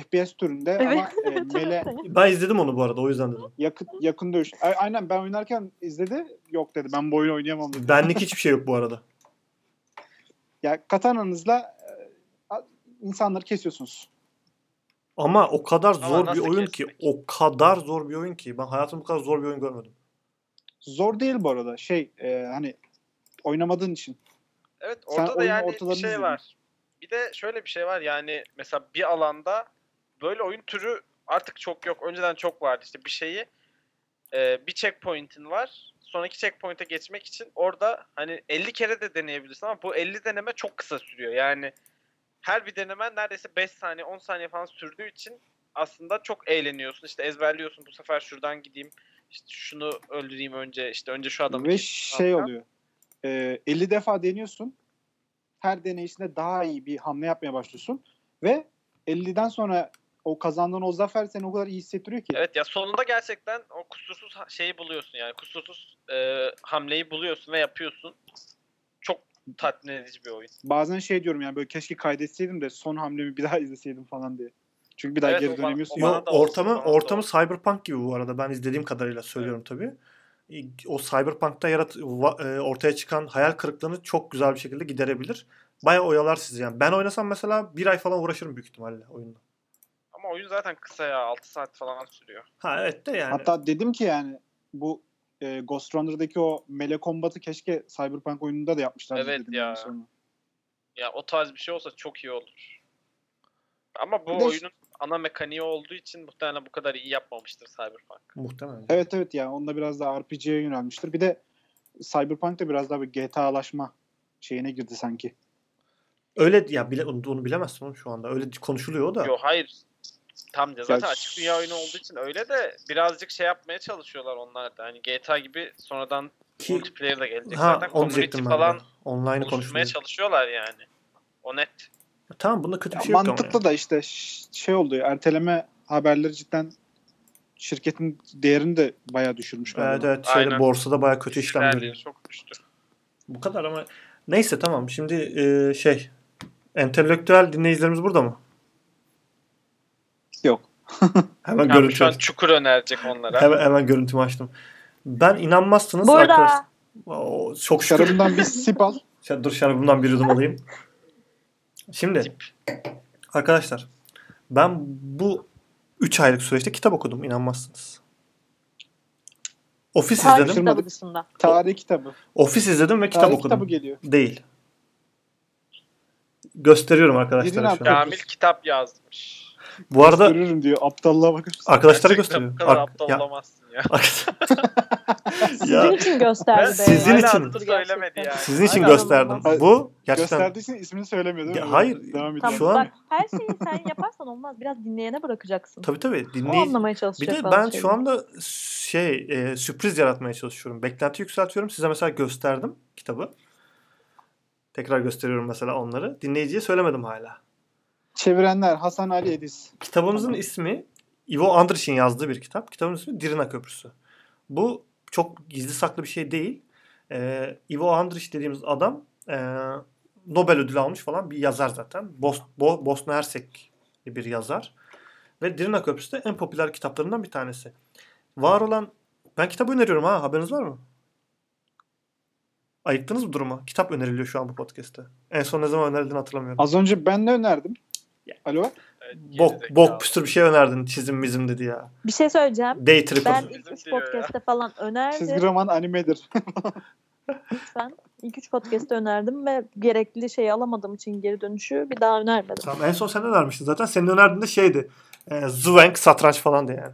B: FPS türünde
C: [laughs] Evet.
B: ama e, mele
A: Ben izledim onu bu arada o yüzden dedim.
B: yakın, yakın dövüş. A- Aynen ben oynarken izledi. Yok dedi ben bu oyunu oynayamam dedi.
A: Benlik hiçbir şey yok bu arada.
B: Ya katananızla e, a- insanları kesiyorsunuz.
A: Ama o kadar
D: Ama
A: zor bir
D: nasıl
A: oyun ki,
D: kesmek?
A: o kadar zor bir oyun ki. Ben hayatımda bu kadar zor bir oyun görmedim.
B: Zor değil bu arada. Şey e, hani oynamadığın için.
D: Evet
B: Sen
D: orada da
B: oyunun
D: yani bir
B: ortalarını
D: şey
B: izledin.
D: var. Bir de şöyle bir şey var yani mesela bir alanda böyle oyun türü artık çok yok. Önceden çok vardı işte bir şeyi e, bir checkpoint'in var. Sonraki checkpoint'e geçmek için orada hani 50 kere de deneyebilirsin ama bu 50 deneme çok kısa sürüyor. Yani her bir denemen neredeyse 5 saniye 10 saniye falan sürdüğü için aslında çok eğleniyorsun. İşte ezberliyorsun bu sefer şuradan gideyim işte şunu öldüreyim önce işte önce şu adamı
B: Ve
D: keseyim
B: şey
D: falan.
B: oluyor. E, 50 defa deniyorsun. Her deneyişinde daha iyi bir hamle yapmaya başlıyorsun. Ve 50'den sonra o kazandığın o zafer seni o kadar iyi hissettiriyor ki.
D: Evet ya sonunda gerçekten o kusursuz ha- şeyi buluyorsun yani kusursuz e, hamleyi buluyorsun ve yapıyorsun. Çok tatmin edici bir oyun.
B: Bazen şey diyorum yani böyle keşke kaydetseydim de son hamlemi bir daha [laughs] izleseydim falan diye. Çünkü bir daha
D: Evet, o
B: geri
D: bana-
B: dönemiyorsun.
D: o bana-
A: Yo,
D: da
A: ortamı
D: olsun, bana da
A: ortamı Cyberpunk gibi bu arada. Ben izlediğim kadarıyla söylüyorum tabii. E, O Cyberpunk'ta yarat va- e, ortaya çıkan hayal kırıklığını çok güzel bir şekilde giderebilir. Bayağı oyalar sizi yani. Ben oynasam mesela bir ay falan uğraşırım büyük ihtimalle oyunda.
D: Ama oyun zaten kısa ya 6 saat falan sürüyor.
A: Ha evet de yani.
B: Hatta dedim ki yani bu e, Ghost Runner'daki o mele kombatı keşke Cyberpunk oyununda da yapmışlardı
D: Evet
B: dedim
D: ya.
B: yani sonra.
D: Ya o tarz bir şey olsa çok iyi olur. Ama bu
B: Bir de-
D: oyunun ana mekaniği olduğu için muhtemelen bu kadar iyi yapmamıştır Cyberpunk.
A: Muhtemelen.
B: Evet evet ya onda biraz daha RPG'ye yönelmiştir. Bir de Cyberpunk da biraz daha bir GTA'laşma şeyine girdi sanki.
A: Öyle ya bile, onu, onu bilemezsin oğlum şu anda. Öyle konuşuluyor da.
D: Yo hayır. Tam da zaten
B: Ya-
D: açık dünya oyunu olduğu için öyle de birazcık şey yapmaya çalışıyorlar onlar da. Hani GTA gibi sonradan
A: Ki,
D: multiplayer de gelecek
A: ha
D: zaten.
A: onu
D: Community
A: diyecektim ben.
D: falan
A: de. Online'ı
D: oluşturmaya
A: konuşuluyor.
D: çalışıyorlar yani. O net.
A: Tamam bunda kötü bir
B: Ya
A: şey yok ama.
B: mantıklı
A: yani.
B: da işte ş- şey oldu ya, erteleme haberleri cidden şirketin değerini de bayağı düşürmüş galiba.
A: Evet evet şeyde
D: Aynen.
A: borsada bayağı kötü işlem
D: Değerleri
A: görüyor.
D: Çok düştü.
A: Bu kadar ama neyse tamam şimdi e, şey Entelektüel dinleyicilerimiz burada mı?
B: Yok.
A: [laughs] Hemen
D: Yani şu
A: görüntü.
D: an çukur önerecek onlara.
A: Hemen, hemen görüntümü açtım. Ben inanmazsınız arkadaşlar.
C: Burada.
A: Oo, çok şükür.
B: Şarabından bir
A: [laughs]
B: sip al.
A: Şa- Dur şarabımdan bir yudum
D: [laughs]
A: alayım. Şimdi arkadaşlar ben bu 3 aylık süreçte kitap okudum inanmazsınız. Ofis
C: Tarih
A: izledim.
C: kitabı dışında.
B: Tarih kitabı.
A: Ofis izledim ve kitap
B: Tarih
A: okudum.
B: kitabı geliyor.
A: Değil. Gösteriyorum arkadaşlara
B: Birini
A: şu an.
B: attım.
D: Kamil kitap yazmış.
A: Bu arada
B: Görürüm diyor. Aptallığa bakıyorsun.
A: arkadaşlara
D: Gerçekten
A: gösteriyorum.
D: Bu kadar
A: Ar-
D: aptal
A: ya- [laughs]
D: olamazsın ya.
A: ya,
C: Sizin [laughs] için gösterdi.
D: Ben-
C: be.
A: Sizin
D: Hala
A: için.
D: adını söylemedi yani.
A: sizin için
D: Hala-
A: gösterdim.
B: Hayır.
A: Bu gerçekten
B: Gösterdiysen ismini söylemiyor değil
A: Ya
B: mi?
A: hayır. Tam-
B: Devam ediyor.
C: Tamam,
A: Şu an-
C: bak, her şeyi sen yaparsan olmaz. Biraz dinleyene bırakacaksın.
A: tabii tabii
C: O
A: dinleyici.
C: anlamaya
A: Bir
C: çalışacak.
A: de
C: bazı
A: ben şu
C: şeyleri.
A: anda şey e, sürpriz yaratmaya çalışıyorum. Beklenti yükseltiyorum. Size mesela gösterdim kitabı. Tekrar gösteriyorum mesela onları. Dinleyiciye söylemedim hala.
B: Çevirenler Hasan Ali Ediz.
A: Kitabımızın ismi Ivo Andrić'in yazdığı bir kitap. Kitabın ismi Dirina Köprüsü. Bu çok gizli saklı bir şey değil. Ee, Ivo Andrić dediğimiz adam e, Nobel ödülü almış falan bir yazar zaten. Bos Bo- Bosna Hersek bir yazar. Ve Dirina Köprüsü de en popüler kitaplarından bir tanesi. Var olan ben kitabı öneriyorum ha haberiniz var mı? Ayıktınız mı duruma? Kitap öneriliyor şu an bu podcast'te. En son ne zaman önerildiğini hatırlamıyorum.
B: Az önce ben ne önerdim? Alo.
D: Evet,
A: Bok,
D: gerizekalı.
A: bok püstür bir şey önerdin çizim mizim dedi ya.
C: Bir şey söyleyeceğim.
A: Day trip.
C: Ben
A: Ben...
C: ilk
D: Bizim
C: üç
D: diyor ya.
C: podcast'te falan
B: Çizgi
C: önerdim.
B: roman animedir. [laughs]
C: Lütfen. İlk üç podcast'te önerdim ve gerekli şeyi alamadığım için geri dönüşü bir daha önermedim.
A: Tamam, en son sen önermiştin zaten. Senin önerdiğin de şeydi. E, Zwank satranç falandı yani.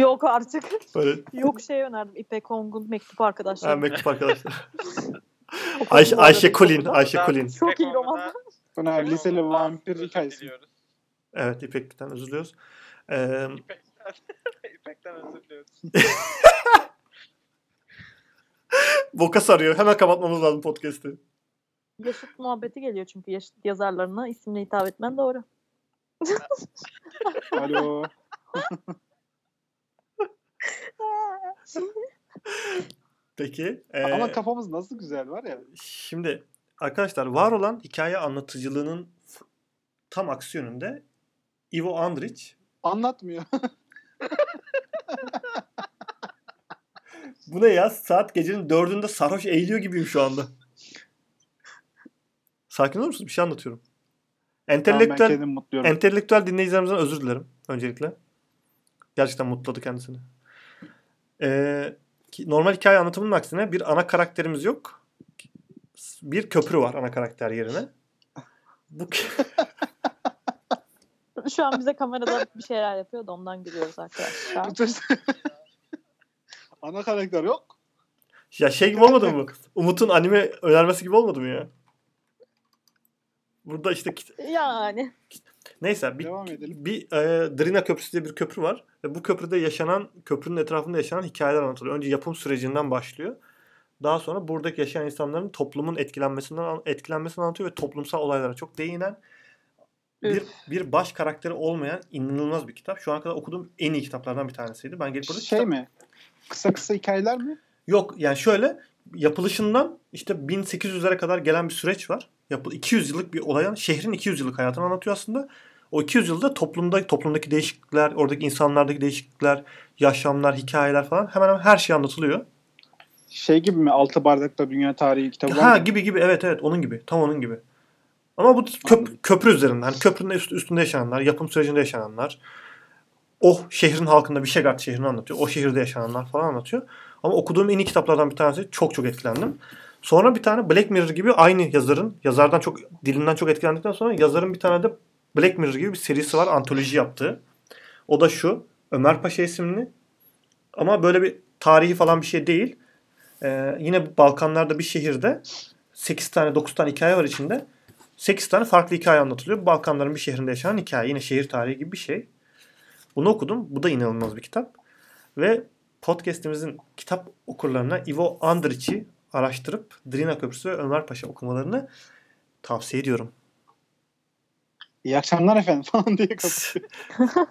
C: Yok artık. [laughs]
A: Böyle
C: Yok şey önerdim. İpek Ong'un mektup
A: ha,
C: arkadaşlar.
A: mektup arkadaşlar.
C: Okudum bu
A: [laughs] Ayşe,
C: arada.
A: Ayşe Kulin. Ayşe
D: Daha
A: Kulin.
C: Çok iyi
D: İpek Orman'da- [laughs]
C: roman.
B: Sonra
D: İpek
B: liseli
D: Orman'dan
B: vampir
D: özür
B: hikayesi.
D: diliyoruz.
A: Evet İpek'ten özür diliyoruz. Ee,
D: İpek'ten
A: [laughs]
D: özür diliyoruz.
A: boka sarıyor. Hemen kapatmamız lazım podcast'i.
C: Yaşıt muhabbeti geliyor çünkü yaşıt yazarlarına isimle hitap etmen doğru. [laughs]
B: Alo.
A: Peki. e,
B: Ama kafamız nasıl güzel var ya.
A: Şimdi arkadaşlar var olan hikaye anlatıcılığının f- tam aksi yönünde Ivo Andrić [laughs]
B: Anlatmıyor.
A: bu ne ya saat gecenin dördünde sarhoş eğiliyor gibiyim şu anda. Sakin olur musunuz? Bir şey anlatıyorum.
B: Tamam, ben şey
A: Entelektüel
B: kendimi mutluyorum.
A: Entelektüel dinleyicilerimizden özür dilerim öncelikle. Gerçekten mutladı kendisini. Ee, ki- normal hikaye anlatımının aksine bir ana karakterimiz yok. Bir köprü var ana karakter yerine. Bu kö-
C: Şu an bize kamerada bir şeyler yapıyor da ondan gülüyoruz arkadaşlar.
B: [laughs] Ana karakter yok.
A: ya şey gibi olmadı mı? Umut'un anime önermesi gibi olmadı mı ya? Burada işte kit-
C: Yani.
A: neyse bir,
B: Devam edelim.
A: bir e, Drina Köprüsü diye bir köprü var. Ve bu köprüde yaşanan, köprünün etrafında yaşanan hikayeler anlatılıyor. Önce yapım sürecinden başlıyor. Daha sonra buradaki yaşayan insanların toplumun etkilenmesinden etkilenmesini anlatıyor ve toplumsal olaylara çok değinen bir,
C: Üf.
A: bir baş karakteri olmayan inanılmaz bir kitap. Şu ana kadar okuduğum en iyi kitaplardan bir tanesiydi. Ben gelip burada
B: Şey
A: kitap-
B: mi? Kısa kısa hikayeler mi?
A: Yok yani şöyle yapılışından işte 1800'lere kadar gelen bir süreç var. Yapı 200 yıllık bir olaya şehrin 200 yıllık hayatını anlatıyor aslında. O 200 yılda toplumda toplumdaki değişiklikler, oradaki insanlardaki değişiklikler, yaşamlar, hikayeler falan hemen hemen her şey anlatılıyor.
B: Şey gibi mi? Altı bardakta dünya tarihi kitabı var
A: Ha
B: mı?
A: gibi gibi evet evet onun gibi. Tam onun gibi. Ama bu köp- köprü üzerinden. Hani köprünün üst- üstünde yaşananlar, yapım sürecinde yaşananlar. O şehrin halkında Vişegard şehrini anlatıyor. O şehirde yaşananlar falan anlatıyor. Ama okuduğum en iyi kitaplardan bir tanesi. Çok çok etkilendim. Sonra bir tane Black Mirror gibi aynı yazarın, yazardan çok, dilinden çok etkilendikten sonra yazarın bir tane de Black Mirror gibi bir serisi var. Antoloji yaptığı. O da şu. Ömer Paşa isimli. Ama böyle bir tarihi falan bir şey değil. Ee, yine Balkanlarda bir şehirde 8 tane 9 tane hikaye var içinde. 8 tane farklı hikaye anlatılıyor. Balkanların bir şehrinde yaşanan hikaye. Yine şehir tarihi gibi bir şey. Bunu okudum. Bu da inanılmaz bir kitap. Ve podcast'imizin kitap okurlarına Ivo Andrić'i araştırıp Drina Köprüsü ve Ömer Paşa okumalarını tavsiye ediyorum.
B: İyi akşamlar efendim [laughs] falan
A: [laughs]
B: diye kapatıyor.
C: İyi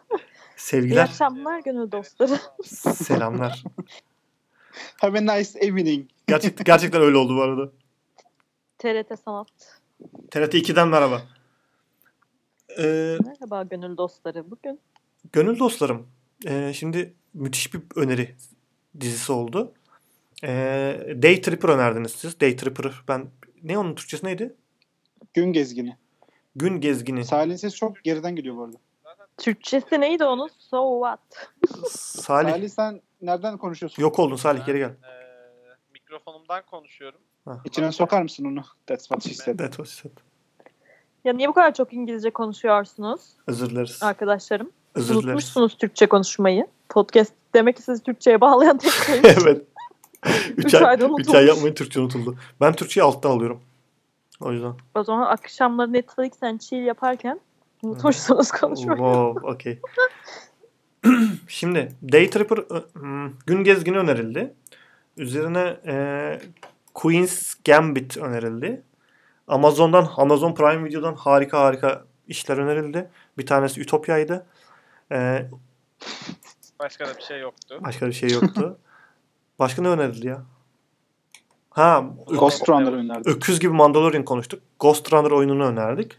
A: Sevgiler,
C: akşamlar gönül dostları. [laughs]
A: selamlar.
B: Have a nice evening.
A: Gerçek, gerçekten öyle oldu bu arada.
C: TRT Sanat.
A: TRT 2'den merhaba. Ee,
C: Merhaba gönül dostları. Bugün
A: Gönül dostlarım, e, şimdi müthiş bir öneri dizisi oldu. E, Day Tripper önerdiniz siz. Day Tripper ben ne onun Türkçesi neydi?
B: Gün gezgini.
A: Gün gezgini.
B: Salih'in sesi çok geriden geliyor bu arada.
C: Türkçesi neydi onun? So what?
A: Salih.
B: Salih sen nereden konuşuyorsun?
A: Yok oldun Salih geri gel.
D: Ee, mikrofonumdan konuşuyorum.
B: İçine sokar mısın onu? That's what she said.
A: That was it.
C: Ya niye bu kadar çok İngilizce konuşuyorsunuz
A: Özür dileriz.
C: arkadaşlarım?
A: Özür dileriz.
C: Unutmuşsunuz Türkçe konuşmayı. Podcast demek ki sizi Türkçe'ye bağlayan tek
A: [laughs]
C: şey.
A: [laughs] evet. 3
C: Üç
A: ay, üç
C: ayda
A: ay
C: unutulmuş.
A: yapmayın Türkçe unutuldu. Ben Türkçeyi altta alıyorum. O yüzden.
C: O zaman akşamları Netflix and chill yaparken unutmuşsunuz konuşmayı.
A: Wow, okey. [clears throat] Şimdi Day Tripper ı, hmm, gün gezgini önerildi. Üzerine e, Queen's Gambit önerildi. Amazon'dan Amazon Prime Video'dan harika harika işler önerildi. Bir tanesi Ütopya'ydı. E,
D: Başka da bir şey yoktu.
A: başka bir şey yoktu. Başka ne önerildi ya? Ha,
B: Ghost Runner önerdi.
A: öküz gibi Mandalorian konuştuk. Ghost Runner oyununu önerdik.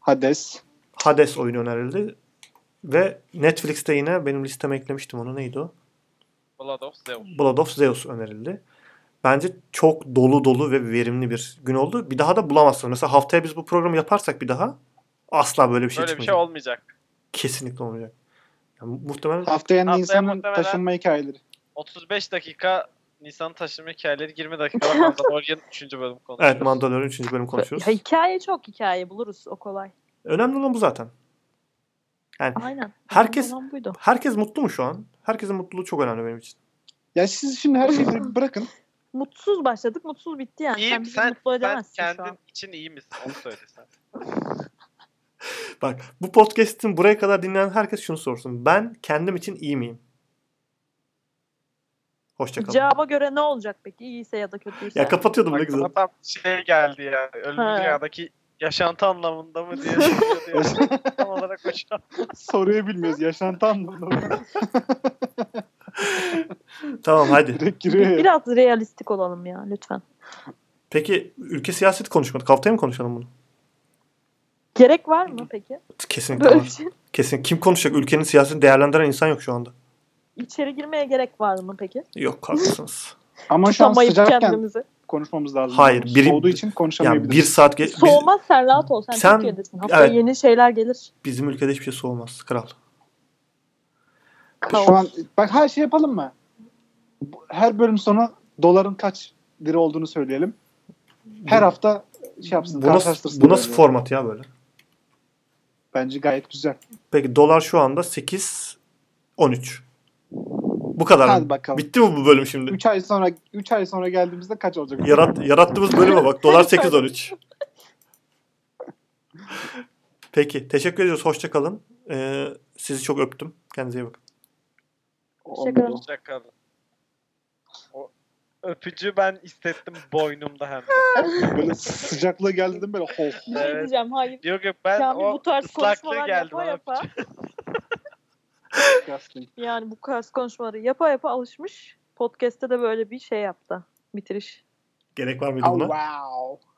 B: Hades.
A: Hades oyunu önerildi. Ve Netflix'te yine benim listeme eklemiştim onu. Neydi o?
D: Blood of Zeus.
A: Blood of Zeus önerildi. Bence çok dolu dolu ve verimli bir gün oldu. Bir daha da bulamazsınız. Mesela haftaya biz bu programı yaparsak bir daha asla böyle bir şey
D: Öyle bir
A: çıkmayacak.
D: şey olmayacak.
A: Kesinlikle olmayacak. Yani muhtemelen
B: Haftaya
D: Haftaya
B: Nisan'ın
D: muhtemelen-
B: taşınma hikayeleri.
D: 35 dakika Nisan taşıma hikayeleri 20 dakika Mandalorian 3. bölüm konuşuyoruz.
A: evet Mandalorian 3. bölüm konuşuyoruz.
C: Ya, hikaye çok hikaye buluruz
A: [laughs]
C: o kolay.
A: Önemli olan bu zaten.
C: Aynen.
A: Herkes-
C: Önemli olan buydu.
A: Herkes mutlu mu şu an? Herkesin mutluluğu çok önemli benim için.
B: Ya siz şimdi her şeyi bir bırakın.
C: Mutsuz başladık, mutsuz bitti yani.
D: İyiyim
C: sen bizi
D: sen,
C: mutlu
D: sen
C: edemezsin şu an.
D: kendin için iyi misin? Onu söylesen.
A: Bak bu podcast'in buraya kadar dinleyen herkes şunu sorsun. Ben kendim için iyi miyim? Hoşçakalın.
C: Cevaba göre ne olacak peki? İyiyse ya da kötüyse.
A: Ya kapatıyordum ne güzel.
D: Aklıma tam şey geldi yani. Ölüm
C: Ha.
D: dünyadaki yaşantı anlamında mı diye soruyor diye. tam olarak o şey şu an.
B: Soruyu bilmiyoruz. Yaşantı anlamında.
A: Tamam hadi.
B: Direkt giriyor. ya.
C: Biraz realistik olalım ya lütfen.
A: Peki ülke siyaseti konuşmadık. Haftaya mı konuşalım bunu?
C: Gerek var mı peki?
A: Kesinlikle
C: Böyle bir
A: var.
C: şey.
A: Kesin. Kim konuşacak? Ülkenin siyasetini değerlendiren insan yok şu anda.
C: [laughs] İçeri girmeye gerek var mı peki?
A: Yok haklısınız.
B: Ama şu an
C: Tutamayıp
B: sıcakken
C: kendimizi.
B: konuşmamız lazım.
A: Hayır,
B: Yani
A: biri-
B: Soğuduğu için
A: yani
B: konuşamayabiliriz.
A: bir saat geç... biz-
C: Soğumaz sen rahat ol. Sen,
A: Sen-
C: Türkiye'desin. Haftaya
A: evet.
C: yeni şeyler gelir.
A: bizim ülkede hiçbir şey soğumaz kral.
B: Şu
C: Kaos.
B: an bak her şey yapalım mı? Bu- Her bölüm sonu doların kaç lira olduğunu söyleyelim. Her hafta şey yapsın.
A: Bu nasıl,
B: karşılaştırsın
A: bu nasıl
B: böyle.
A: format ya böyle?
B: Bence gayet güzel.
A: Peki dolar şu anda 8 13. Bu kadar.
B: Hadi
A: mı?
B: bakalım.
A: Bitti mi bu bölüm şimdi?
B: 3 ay sonra 3 ay sonra geldiğimizde kaç olacak?
A: Yarat, yarattığımız bölüme bak. Dolar 8 13. Peki. Teşekkür ediyoruz. Hoşça kalın. Ee, sizi çok öptüm. Kendinize iyi bakın.
B: Olmadı.
C: Hoşçakalın.
D: Hoşçakalın. O öpücü ben hissettim boynumda hem de.
B: Böyle sıcaklığı geldi değil mi? Böyle ho.
C: Bir şey
D: Evet.
C: diyeceğim. Hayır.
D: Diyor ki ben
C: Kamil
D: o
C: bu tarz
D: ıslaklığı
C: konuşmalar
D: geldi
C: yapa
D: bana
C: yapa.
D: öpücü.
B: Justin.
C: Yani bu tarz konuşmaları yapa yapa alışmış. Podcast'te de böyle bir şey yaptı. Bitiriş.
A: Gerek var mıydı
B: Oh
A: buna?
B: wow.